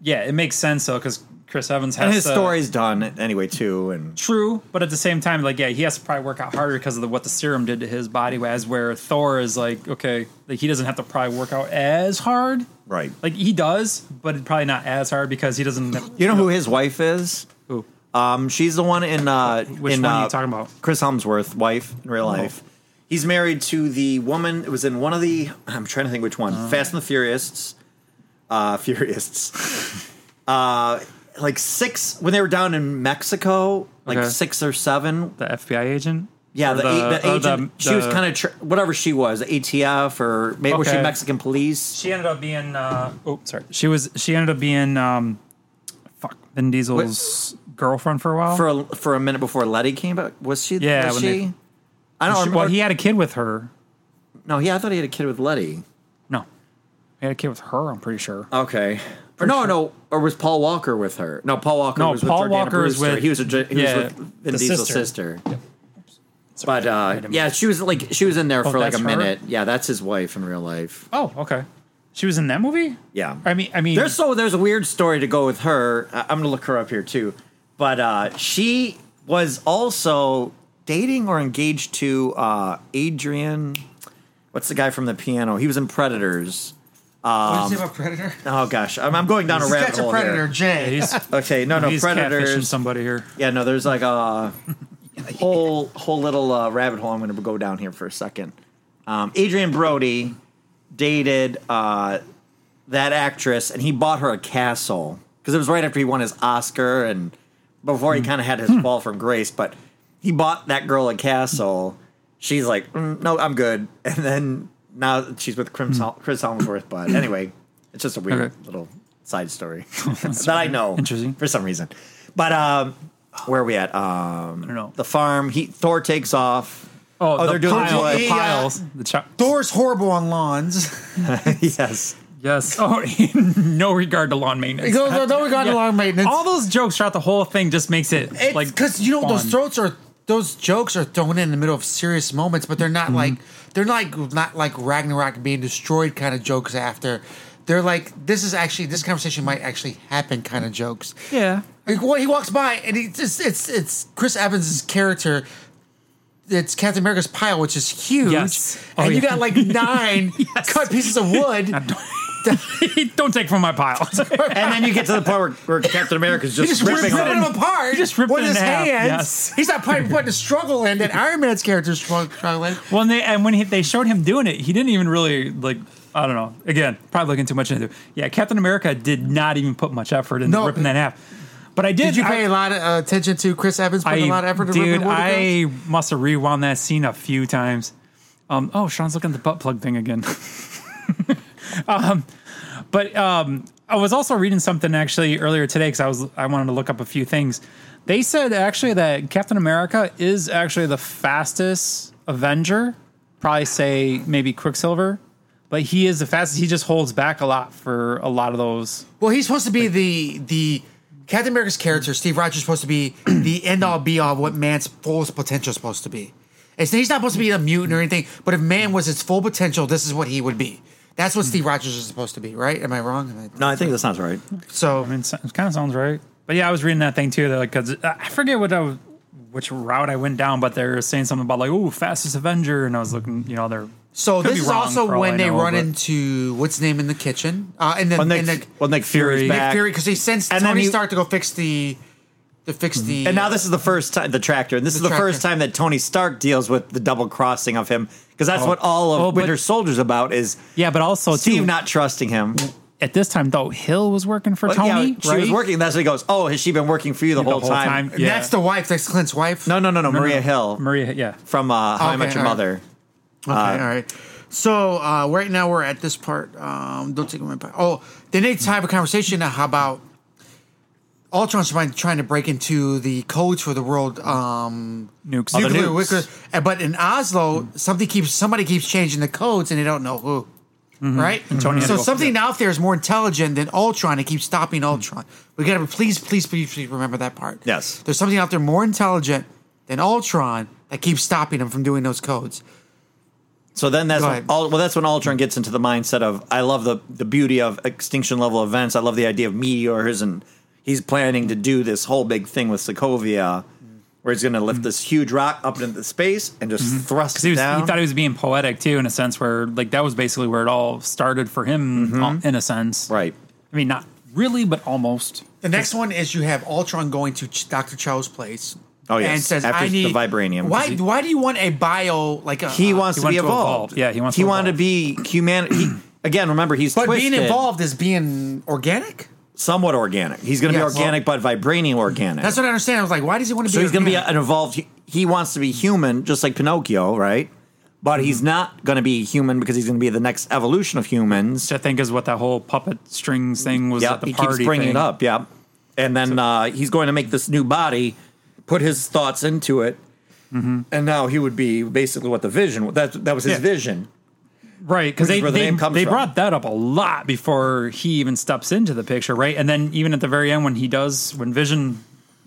yeah, it makes sense though because Chris Evans has
and his
to-
story's done anyway too. And
True, but at the same time, like yeah, he has to probably work out harder because of the, what the serum did to his body. Whereas where Thor is like, okay, like he doesn't have to probably work out as hard.
right,
Like he does, but probably not as hard because he doesn't.
You know who his wife is?
Who?
Um, she's the one in uh,
Which
in,
one are you
uh,
talking about? Oh.
Chris Helmsworth, wife in real life. He's married to the woman. It was in one of the. I'm trying to think which one. Fast and the uh, Furious. Uh, Furious. Uh, like six when they were down in Mexico, like
Okay.
six or seven.
The FBI agent.
Yeah,
Or
the, the, the
or
agent. she was
the-
kind of tr- whatever she was, ATF or maybe was she
Okay.
Mexican police?
She ended up being. Uh, oh, sorry. She was. She ended up being. Um, fuck Vin Diesel's girlfriend for a while.
for a, for a minute before Letty came back. Was she?
Yeah, when
was she.
they-
I don't.
She-
remember.
well, he had a kid with her.
no, yeah, I thought he had a kid with Letty.
No, he had a kid with her. I'm pretty sure.
Okay. Or no, no, or was Paul Walker with her? No, Paul Walker.
No,
was with
Paul
Jordana
Walker is
Brewster.
with-
He was a, ju- he
yeah,
was with Vin
the
Diesel's sister.
sister.
But uh, yeah, she was like she was in there
Oh,
for like a
that's her?
minute. Yeah, that's his wife in real life.
Oh, okay. She was in that movie.
Yeah.
I mean, I mean,
There's so there's a weird story to go with her. I- I'm gonna look her up here too, but uh, she was also dating or engaged to uh, Adrian. What's the guy from the piano? He was in Predators.
What is it about Predator?
Oh gosh, I'm, I'm going down Um,
He's
a rabbit
got
hole
a Predator,
here.
Jay.
he's,
Okay, no, no,
he's catfishing
Predators.
somebody here.
Yeah, no, there's like a whole whole little uh, rabbit hole. I'm going to go down here for a second. Um, Adrian Brody dated uh, that actress, and he bought her a castle because it was right after he won his Oscar and before
Hmm.
he kind of had his fall from grace. But he bought that girl a castle. She's like, "Mm, no, I'm good. And then now she's with Chris Hel- Chris Helmsworth. But anyway, it's just a weird
Hmm. Okay. Oh,
little side story that I know.
Interesting.
for some reason. But um, where are we at? Um,
I don't know.
the farm. He Thor takes off.
oh, the
they're doing the
pile,
play.
the piles. The chi-
Thor's horrible on lawns.
yes.
yes. Oh, no regard to lawn maintenance.
No, no, no regard to lawn maintenance.
All those jokes throughout the whole thing just makes it
It's
like
because you know those
fun.
throats are those jokes are thrown in, in the middle of serious moments, but they're not
Mm-hmm.
like they're not like not like Ragnarok being destroyed kind of jokes after. They're like this is actually this conversation might actually happen kind of jokes.
Yeah.
Like, well, he walks by and he just it's it's Chris Evans' character. It's Captain America's pile, which is huge,
Yes. Oh,
and you
yeah.
got like nine
Yes.
cut pieces of wood.
Don't take from my pile.
And then you get to the part where, where Captain America's
He
just,
just ripped
ripping off.
them apart.
He just ripped
with
it in
his
half,
hands.
yes.
He's not probably putting a struggle in that Iron Man's character is strugg- struggling.
Well, and, they, and when he, they showed him doing it, he didn't even really like. I don't know. Again, probably looking too much into. it. Yeah, Captain America did not even put much effort into
No.
ripping that in half. But I did.
Did you pay
I,
a lot of uh, attention to Chris Evans putting a lot of effort to
dude,
ripping wood against?
I must have rewound that scene a few times. Um, oh, Sean's looking at the butt plug thing again. um, but um, I was also reading something actually earlier today because I was I wanted to look up a few things. They said actually that Captain America is actually the fastest Avenger. Probably say maybe Quicksilver, but he is the fastest. He just holds back a lot for a lot of those.
Well, he's supposed to be the the Captain America's character. Steve Rogers is supposed to be the end all be all of what man's fullest potential is supposed to be. It's, he's not supposed to be a mutant or anything. But if man was his full potential, this is what he would be. That's
Hmm.
what Steve Rogers is supposed to be, right? Am I wrong? Am I-
No, I think that sounds right.
So
I mean, so- it kind of sounds right. But yeah, I was reading that thing too. That like, cause uh, I forget what I was, which route I went down, but they were saying something about like, "Ooh, fastest Avenger," and I was looking, you know, they're
So
could
this
be
is
wrong for
also
all
when
I
they
know,
run
but-
into what's his name in the kitchen, uh, and then
Well, Nick,
and then
well, Nick Fury's
Fury. Nick
back.
Fury because he sends
And then
Tony
you-
Stark to go fix the, to fix the.
And now this is the first time the tractor, and this is the
tractor.
first time that Tony Stark deals with the double crossing of him because that's what all of
Oh, but-
Winter Soldier's about is
yeah. But also
Steve
too,
not trusting him.
at this time though, Hill was working for
But, yeah,
Tony.
she
right?
was working. That's what he goes. Oh, has she been working for you the,
the
whole, time?
And that's the wife. That's Clint's wife.
No, no, no, no,
No, no,
Maria
no.
Hill
Maria, yeah.
from uh, How I
Okay,
Met
all
Your
right.
Mother. Uh,
Okay, all right. So uh, right now we're at this part. Um, don't take my back. Oh, then they have a conversation about Ultron's trying trying to break into the codes for the world. Um,
Nukes.
the
nuclear
nukes.
weapons. And- But in Oslo, something keeps somebody keeps changing the codes, and they don't know who.
Mm-hmm.
Right,
Tony had
so
to go-
something out there is more intelligent than Ultron. It keeps stopping Ultron. We gotta please, please, please, please remember that part.
Yes.
there's something out there more intelligent than Ultron that keeps stopping him from doing those codes.
So then that's
Go
when,
ahead.
all, well that's when Ultron gets into the mindset of I love the the beauty of extinction level events. I love the idea of meteors and he's planning to do this whole big thing with Sokovia where he's going to lift this huge rock up into space and just
Mm-hmm.
thrust
'Cause He,
it
was,
down.
he thought he was being poetic too, in a sense where like that was basically where it all started for him, um, in a sense.
right.
I mean, not really, but almost.
The next one is you have Ultron going to Ch- Dr. Chow's place.
Oh, yes.
and says
After
I
the
need
vibranium, 'cause
Why?
he-
why do you want a bio like a?
He
uh,
wants
he
to be
wanted to evolve.
evolved.
Yeah, he wants
He
to
wanted to
evolve.
be humanity. He, again, remember he's
but
twisted.
being involved is being organic.
somewhat organic. He's going to
Yes.
be organic, but vibranium organic.
That's what I understand. I was like, why does he want to be?
so he's going to be
organic?
an evolved. He wants to be human, just like Pinocchio, right? But
Mm-hmm.
he's not going to be human because he's going to be the next evolution of humans.
Which I think is what that whole puppet strings thing was
Yeah,
at the
he
party.
keeps bringing
thing.
it up. Yeah, and then uh, he's going to make this new body, put his thoughts into it, and now he would be basically what the vision. That that was his
Mm-hmm. Yeah.
vision.
Right, because
Which
they
is where the
they,
name comes
they
from.
brought that up a lot before he even steps into the picture, right? And then even at the very end when he does, when Vision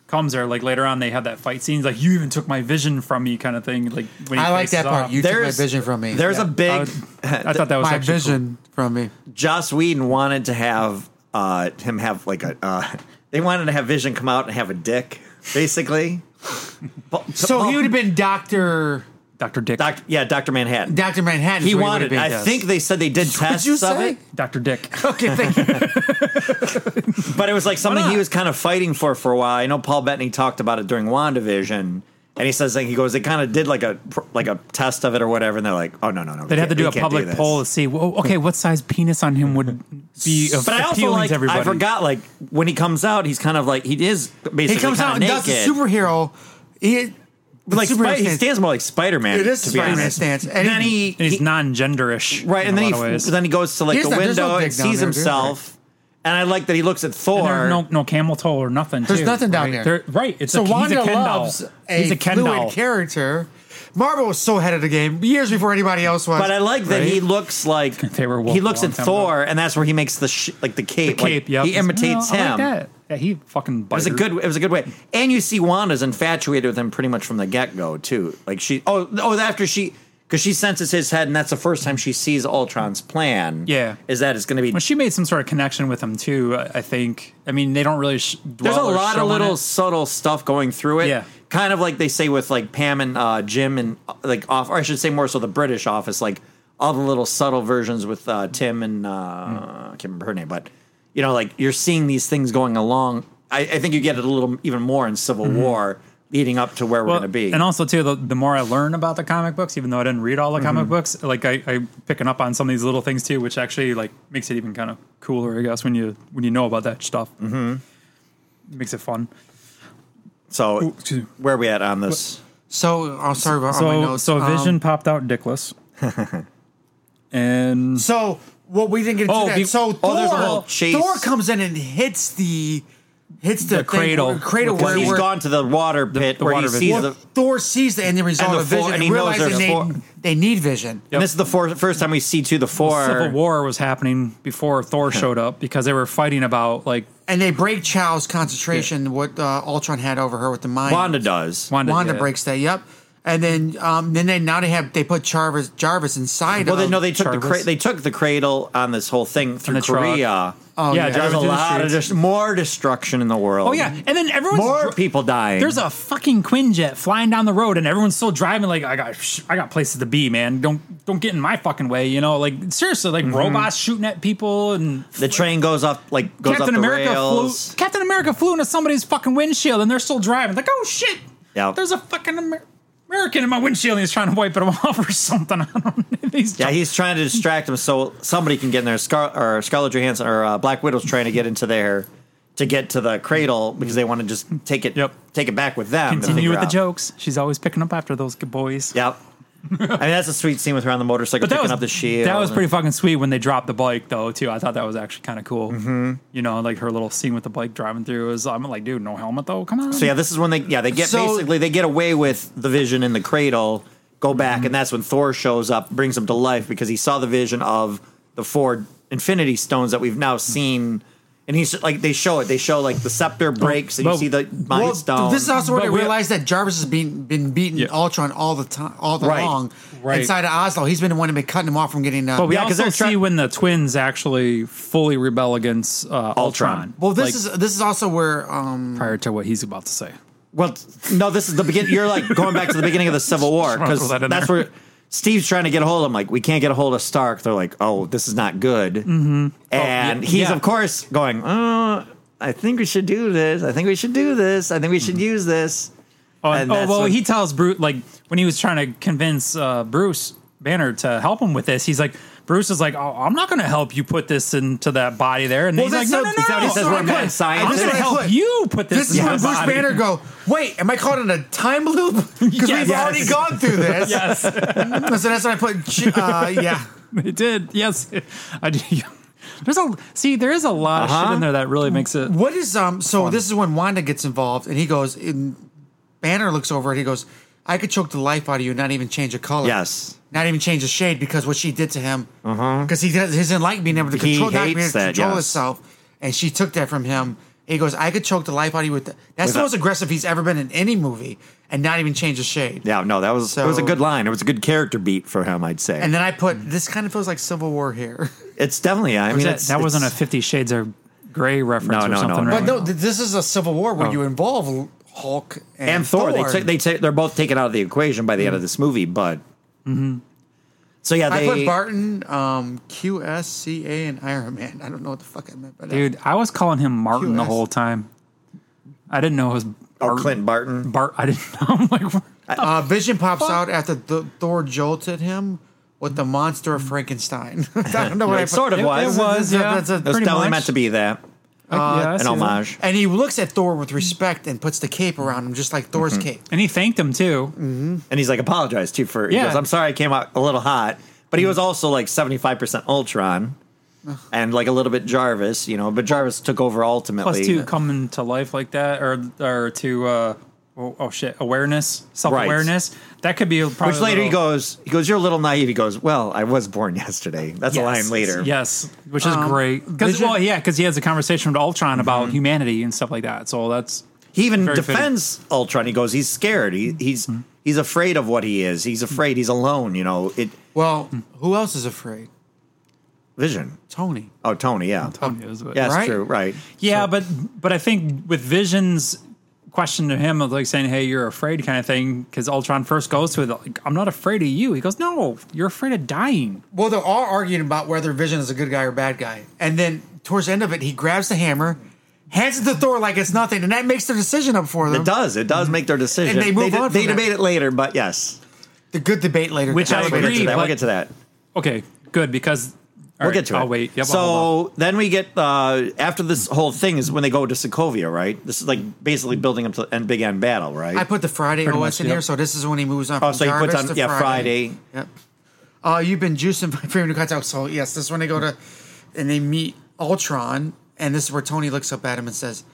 comes there, like later on, they have that fight scene. He's like, "You even took my vision from me," kind of thing. Like when he
I like that
faces
part.
off.
You took my vision from me.
uh, There's
Yeah.
a big.
I, would- I thought that was
my
actually
vision from me.
Joss Whedon wanted to have uh, him have like a. Uh, they wanted to have Vision come out and have a dick, basically. But-
So he
but-
would have been Doctor
cool. Dr. Dick.
Doc- yeah, Doctor Manhattan.
Doctor Manhattan.
he
is what
wanted.
would've
I
been.
think they said they did tests
you
of
say?
it,
Dr. Dick.
Okay, thank you.
but it was like something
not?
he was kind of fighting for for a while. I know Paul Bettany talked about it during WandaVision. And he says, like, he goes, they kind of did like a like a test of it or whatever, and they're like, oh no no no, we
They'd have to
can't-
do
we
a
can't
public
this.
poll to see, well, okay, what size penis on him would be of
But I also
appealing
like,
to everybody?
I forgot like when he comes out, he's kind of like he is basically
He comes out and
kinda
does the
naked.
superhero. He
like
the superhero
Spi- he
stance.
stands more like Spider Man.
It is
to be
Spider-Man
honest.
stance.
And then he,
And he's
he-
non-genderish,
right, and
in a
then
lot of
he
ways.
then he goes to like
He's
the
not- there's no
window
dick
and
down
sees
there, dude.
himself. And I like that he looks at
And
Thor.
there's no no camel toe or nothing.
There's
too,
nothing down
right?
there.
right. It's
so
a,
Wanda
he's a Ken doll.
loves a
he's a Ken
fluid
doll.
character. Marvel was so ahead of the game years before anybody else was.
but I like that he
Right?
looks like
They were woke
he looks
a long
at
time
Thor, and that's where he makes the sh- like the cape.
the cape.
like,
yep.
he imitates
No, I
him.
like that. Yeah, he fucking.
It was a good. It was a good way, and you see Wanda's infatuated with him pretty much from the get go too. Like she, oh, oh, after she, because she senses his head, and that's the first time she sees Ultron's plan.
Yeah.
is that it's going to be
Well, she made some sort of connection with him too. I I think. I mean, they don't really. Sh-
There's a
dwell or show
lot of
on
little
it.
subtle stuff going through it.
Yeah.
Kind of like they say with like Pam and uh, Jim and uh, like off, or I should say more so the British office, like all the little subtle versions with uh, Tim and uh,
Hmm.
I can't remember her name, but you know, like you're seeing these things going along. I, I think you get it a little even more in Civil War leading up to where we're
Hmm. Well,
going to be.
And also too, the, the more I learn about the comic books, even though I didn't read all the comic books, like I, I picking up on some of these little things too, which actually like makes it even kind of cooler, I guess, when you when you know about that stuff. Mm-hmm. Makes it fun.
so,
excuse me.
where are we at on this?
So I'm sorry about all my
So
notes.
so
Um,
Vision popped out dickless, and
So what we didn't get to
Oh,
that.
be-
so
oh,
Thor,
there's a whole chase.
Thor comes in and hits the hits the,
The
thing-
cradle.
cradle
Because
where,
Because he's
where-
gone to the water pit
the
where
water
he
pit.
sees
Well,
the.
Thor sees the end result
And the
of vision
four-
and,
and he knows
realizes
there's
they,
four-
they need vision.
And this is the four, first time we see to the four.
Civil War was happening before Thor showed up because they were fighting about like
And they break Chow's concentration, what uh, Ultron had over her with the mind.
Wanda does.
Wanda,
Wanda
yeah.
breaks that. Yep. And then um, then they now they have they put Jarvis Jarvis inside.
Well, they
of-
no, they took the
Jarvis.
cra- they took the cradle on this whole thing through
the truck.
Korea.
Oh, yeah.
yeah,
There's
driving
a
through the
lot of
streets.
dis- more destruction in the world.
Oh yeah, and then everyone's
more
dr-
people dying.
There's a fucking Quinjet flying down the road, and everyone's still driving. Like I got, sh- I got places to be, man. Don't don't get in my fucking way. You know, like seriously, like robots shooting at people, and
the train goes up like goes
Captain
up the
America
rails.
flew. Captain America flew into somebody's fucking windshield, and they're still driving. Like oh shit,
Yeah.
There's a fucking Amer- American in my windshield, and he's trying to wipe it off or something. I don't know. He's
Yeah, he's trying to distract him so somebody can get in there. Scar- or Scarlett Johansson or uh, Black Widow's trying to get into there to get to the cradle because they want to just take it
Yep.
take it back with them. to
continue
figure
with the
out.
jokes. She's always picking up after those good boys.
Yep. I mean that's a sweet scene with her on the motorcycle picking up the shield.
That was
and-
pretty fucking sweet when they dropped the bike though too. I thought that was actually kind of cool.
Mm-hmm.
You know, like her little scene with the bike driving through was. I'm like, dude, no helmet though. Come on.
So yeah, this is when they yeah they get
So-
basically they get away with the vision in the cradle, go back,
Mm-hmm.
and that's when Thor shows up, brings him to life because he saw the vision of the four Infinity Stones that we've now seen, and he's like they show it, they show like the scepter breaks, and you
Well,
see the Mind
Well,
Stone.
this is also where
But
they
we-
realize that Jarvis has been been beating
Yeah.
Ultron all the time, all the
Right.
long
Right.
inside of Oslo. He's been the one to be cutting him off from getting. Uh,
but we
yeah, 'cause
also
they're try-
see when the twins actually fully rebel against uh,
Ultron.
Ultron.
well, this
like,
is this is also where um,
prior to what he's about to say.
well, no, this is the beginning. You're like going back to the beginning of the Civil War
wanna
because
throw that in
that's
there.
where. Steve's trying to get a hold of him. Like, we can't get a hold of Stark. They're like, oh, this is not good. Mm-hmm. And
Oh, yeah,
he's,
yeah.
of course, going, uh, I think we should do this. I think we should do this. I think we should
Mm-hmm.
use this.
Oh,
And
and- oh,
that's
well,
what-
he tells Bruce like when he was trying to convince uh, Bruce Banner to help him with this. He's like, Bruce is like, oh, I'm not going to help you put this into that body there. And
Well,
he's like,
that's
no,
not-
no,
is that what he
no, no,
says
no,
we're
I'm
mad
gonna- I'm
scientists?
going to
That's what I
help
put.
you put this,
This is
in
where
my
Bruce
body.
Banner go, wait, am I caught in a time loop? Because
Yes.
we've already
Yes.
gone through this.
Yes,
So that's what I put. Uh, yeah.
it did. Yes, I do. There's a see. There is a lot of
Uh-huh.
shit in there that really makes it.
What is um? So this is when Wanda gets involved, and he goes. And Banner looks over, and he goes, "I could choke the life out of you, and not even change a color.
Yes.
not even change a shade because what she did to him. Because he does, he doesn't like being able to
Uh-huh. He
control, not being
hates
able to
that,
control
yes.
himself, and she took that from him. He goes, "I could choke the life out of you with." The, that's the
a-
most aggressive he's ever been in any movie, and not even change a shade.
Yeah, no, that was it was a
So-
good line. It was a good character beat for him, I'd say.
And then I put, "This kind of feels like Civil War here."
it's definitely. I mean,
that,
it's-
that wasn't a
it's-
Fifty Shades of Grey reference
No,
or
no, no,
something,
no.
right?
But no, th- this is a Civil War where
Oh.
you involve Hulk and,
and Thor. They
Thor.
took- they take they're both taken out of the equation by the end of this movie, but.
Mm-hmm.
So yeah,
I put
they.
Barton, um, QSCA, and Iron Man. I don't know what the fuck I meant by that.
Dude, I was calling him Martin the
QS.
whole time. I didn't know it was
Oh,
Bart-
Clint Barton.
Bart, I didn't know. I'm like, what?
Uh, Vision pops out after Th- Thor jolted him with the monster of Frankenstein. I don't know what I
It sort of
It-
was.
it
That's
was,
a-
yeah.
that's a-
It was
pretty
definitely
much.
meant to be that
yeah, I
an
see that.
homage.
And he looks at Thor with respect and puts the cape around him, just like Thor's cape.
And he thanked him too.
And he's like, apologized too for. He
Yeah. Mm-hmm.
goes, I'm sorry I came out a little hot. But he was also like 75% Ultron and like a little bit Jarvis, you know. But Jarvis took over ultimately.
Plus two coming to life like that, or or to uh, oh, oh shit, awareness, self awareness. That could be a- probably
Which
a
later he
little-
goes, he goes, you're a little naive. He goes, well, I was born yesterday. That's a line
Yes,
later.
Yes, which is great. Because
Vision-
well, yeah, because he has a conversation with Ultron
Mm-hmm.
about humanity and stuff like that. So that's
He even
Very fitting. Mm-hmm.
defends Ultron. He goes, he's scared. He, he's he's afraid of what he is. He's afraid. He's alone. You know, it.
Well, who else is afraid?
Vision.
Tony.
Oh, Tony. Yeah.
Tony's, but-
Yeah, that's
Right?
true. Right.
Yeah, but but I think with Vision's question to him of like saying, "Hey, you're afraid," kind of thing, because Ultron first goes to it, like, "I'm not afraid of you." He goes, "No, you're afraid of dying."
Well, they're all arguing about whether Vision is a good guy or bad guy. And then towards the end of it, he grabs the hammer, hands it to Thor like it's nothing, and that makes their decision up for them.
It does. It does make their decision.
Mm-hmm. they move
they,
on from
They
that.
debate it later, but yes.
The good debate later.
Which I
guys.
We'll get
agree,
to
but-
that. We'll get to that.
Okay, good because
We'll get to it.
I'll wait. Yep, I'll hold
so then we get uh, after this whole thing is when they go to Sokovia, right? This is like basically building up to and big end battle, right?
I put the Friday OS
Pretty much,
in
yep.
here, so this is when he moves on.
Oh,
from
so he puts
Jarvis
on-
to
yeah, Friday.
Yep. Uh, you've been juicing my favorite new contact. So yes, this is when they go to and they meet Ultron, and this is where Tony looks up at him and says,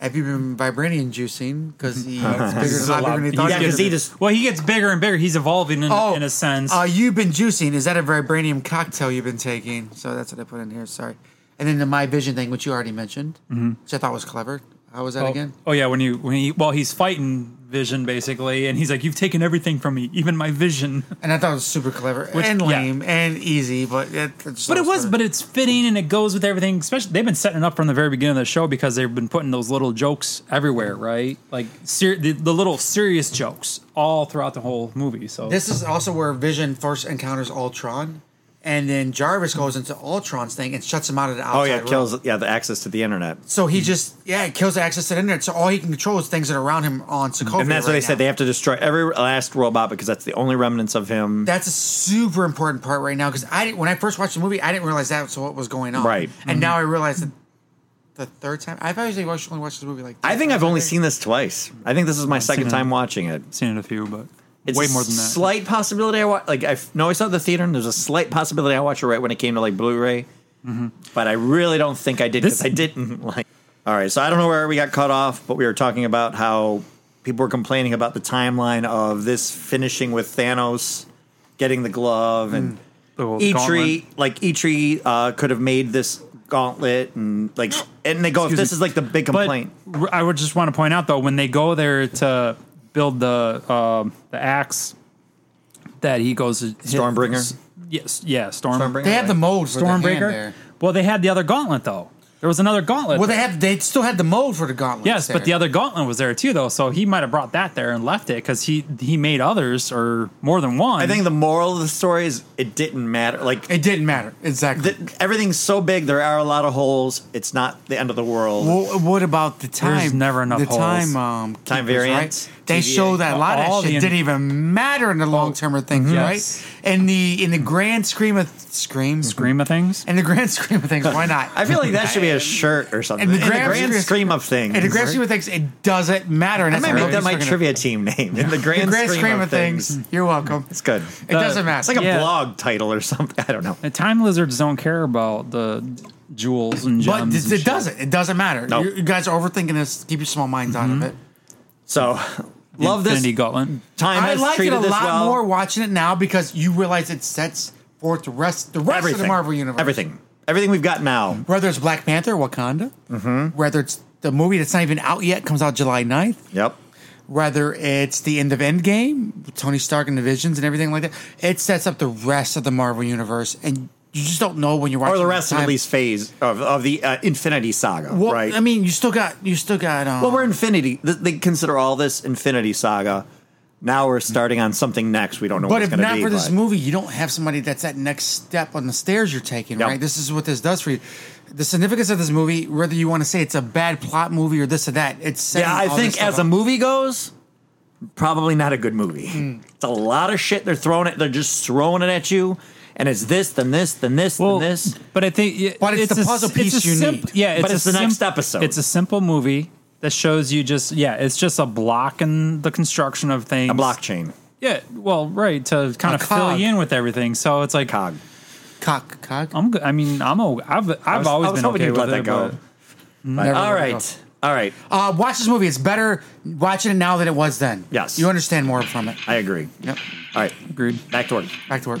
"Have you been vibranium juicing? Because he's bigger
on.
than a lot bigger than he thought."
Yeah,
he
'cause
was.
he just-
well, he gets bigger and bigger. He's evolving in, in a sense.
Uh, you've been juicing. Is that a vibranium cocktail you've been taking? So that's what I put in here. Sorry. And then the my vision thing, which you already mentioned,
Mm-hmm.
which I thought was clever. How was that
oh,
again?
oh, yeah, when you when he well, he's fighting Vision basically, and he's like, "You've taken everything from me, even my vision."
And I thought it was super clever
Which-
and
yeah.
lame and easy, but it, it just
But it
always
was,
clever.
but it's fitting and it goes with everything. Especially they've been setting it up from the very beginning of the show because they've been putting those little jokes everywhere, right? Like ser- the, the little serious jokes all throughout the whole movie. So
This is also where Vision first encounters Ultron, and then Jarvis goes into Ultron's thing and shuts him out of the outside.
oh yeah,
world.
kills yeah the access to the internet.
So he just yeah it kills the access to the internet. So all he can control is things that are around him on Sokovia.
And that's what
right
they said.
now.
They have to destroy every last robot because that's the only remnants of him.
That's a super important part right now because I didn't, when I first watched the movie I didn't realize that was what was going on.
Right.
and now I realize that the third time I've actually watched, only watched this movie like
I think
three
I've only
times.
seen this twice. I think this is my second
it.
time watching it.
seen it a few, but
It's
way
a
more than that.
Slight possibility I watch. Like I f- no, I saw it at the theater, and there's a slight possibility I watched it right when it came to like Blu-ray. But I really don't think I did because
Mm-hmm. This-
I didn't like. All right, so I don't know where we got cut off, but we were talking about how people were complaining about the timeline of this finishing with Thanos getting the glove and.
Mm. The whole
Eitri,
gauntlet.
like Eitri, uh, could have made this gauntlet, and like, and they go, if
Excuse
this
me.
is like the big complaint.
But r- I would just want to point out though, when they go there to build the um, the axe, that he goes to hit-
Stormbringer?
Yes, yeah, Storm,
Stormbringer?
they had the mold for the hand
Stormbreaker.
there.
Well, they had the other gauntlet though. There was another gauntlet.
Well, they
there.
had they still had the mold for the gauntlet.
Yes, but the other gauntlet was there too, though. So he might have brought that there and left it because he he made others or more than one.
I think the moral of the story is it didn't matter. Like,
it didn't matter exactly.
th- everything's so big, there are a lot of holes. It's not the end of the world.
Well, what about the time?
never enough
The
holes.
time, um,
Time
keepers,
variance?
right? They show that a lot
All
of that shit
the in- Oh,
didn't even matter in the long term of things,
Yes.
right? In the in the grand scheme of scream,
Scream of things.
in the grand scheme of things, why not?
I feel like that should be a shirt or something. In the grand, scheme of things.
In the grand scheme of things, it doesn't matter. And
I
that's
might
what
make
we're
that my
talking about.
trivia team name. In the grand,
The grand
scheme, of things.
You're welcome.
It's good.
It doesn't matter.
It's like a
Yeah.
blog title or something. I don't know.
The time lizards don't care about the jewels and gems.
but it,
and
it
shit. Mm-hmm.
doesn't. It doesn't matter.
Nope.
You, you guys are overthinking this. Keep your small minds out of it.
So, love this.
Infinity Gauntlet.
Time
I
has
like it
treated
a
this
lot
well.
more watching it now because you realize it sets forth the rest, the rest of
Everything.
the Marvel universe. Mm.
Everything. Everything we've got now.
Whether it's Black Panther, Wakanda.
Mm-hmm.
Whether it's the movie that's not even out yet comes out July 9th.
Yep.
Whether it's the end of Endgame, with Tony Stark and the Visions and everything like that. It sets up the rest of the Marvel universe, and you just don't know when you're watching
Or the
it
rest of
time.
at least phase of, of the uh, Infinity Saga,
Well,
right?
I mean, you still got you still got. Um,
well, we're Infinity. th- They consider all this Infinity Saga. Now we're starting on something next. We don't know
But
what
if
it's going to
not
be.
for this
but-
movie, you don't have somebody that's that next step on the stairs you're taking,
Yep.
right? This is what this does for you. The significance of this movie, whether you want to say it's a bad plot movie or this or that, it's setting
Yeah, I
all this
think
stuff
as a
up.
movie goes, probably not a good movie.
Hmm.
It's a lot of shit they're throwing it. They're just throwing it at you, and it's this, then this, then this,
Well,
then this.
but I think yeah,
But it's the
a
puzzle
s-
piece
a
you
simp-
need.
Yeah,
But
a
it's the next episode.
It's a simple movie that shows you just yeah, it's just a block in the construction of things.
A blockchain
Yeah, well, right to kind
A
of fill
cog.
you in with everything. So it's like
cog.
cock cock.
um,
I'm. good. I mean, I'm. o- I've. I've
was-
always
I was
been
hoping
okay
you'd
with
let that
it,
go.
but-
Never
All
let it
right, all right.
Uh, watch this movie. It's better watching it now than it was then.
Yes.
you understand more from it.
I agree.
Yep.
All right,
Agreed.
back to work.
Back to work.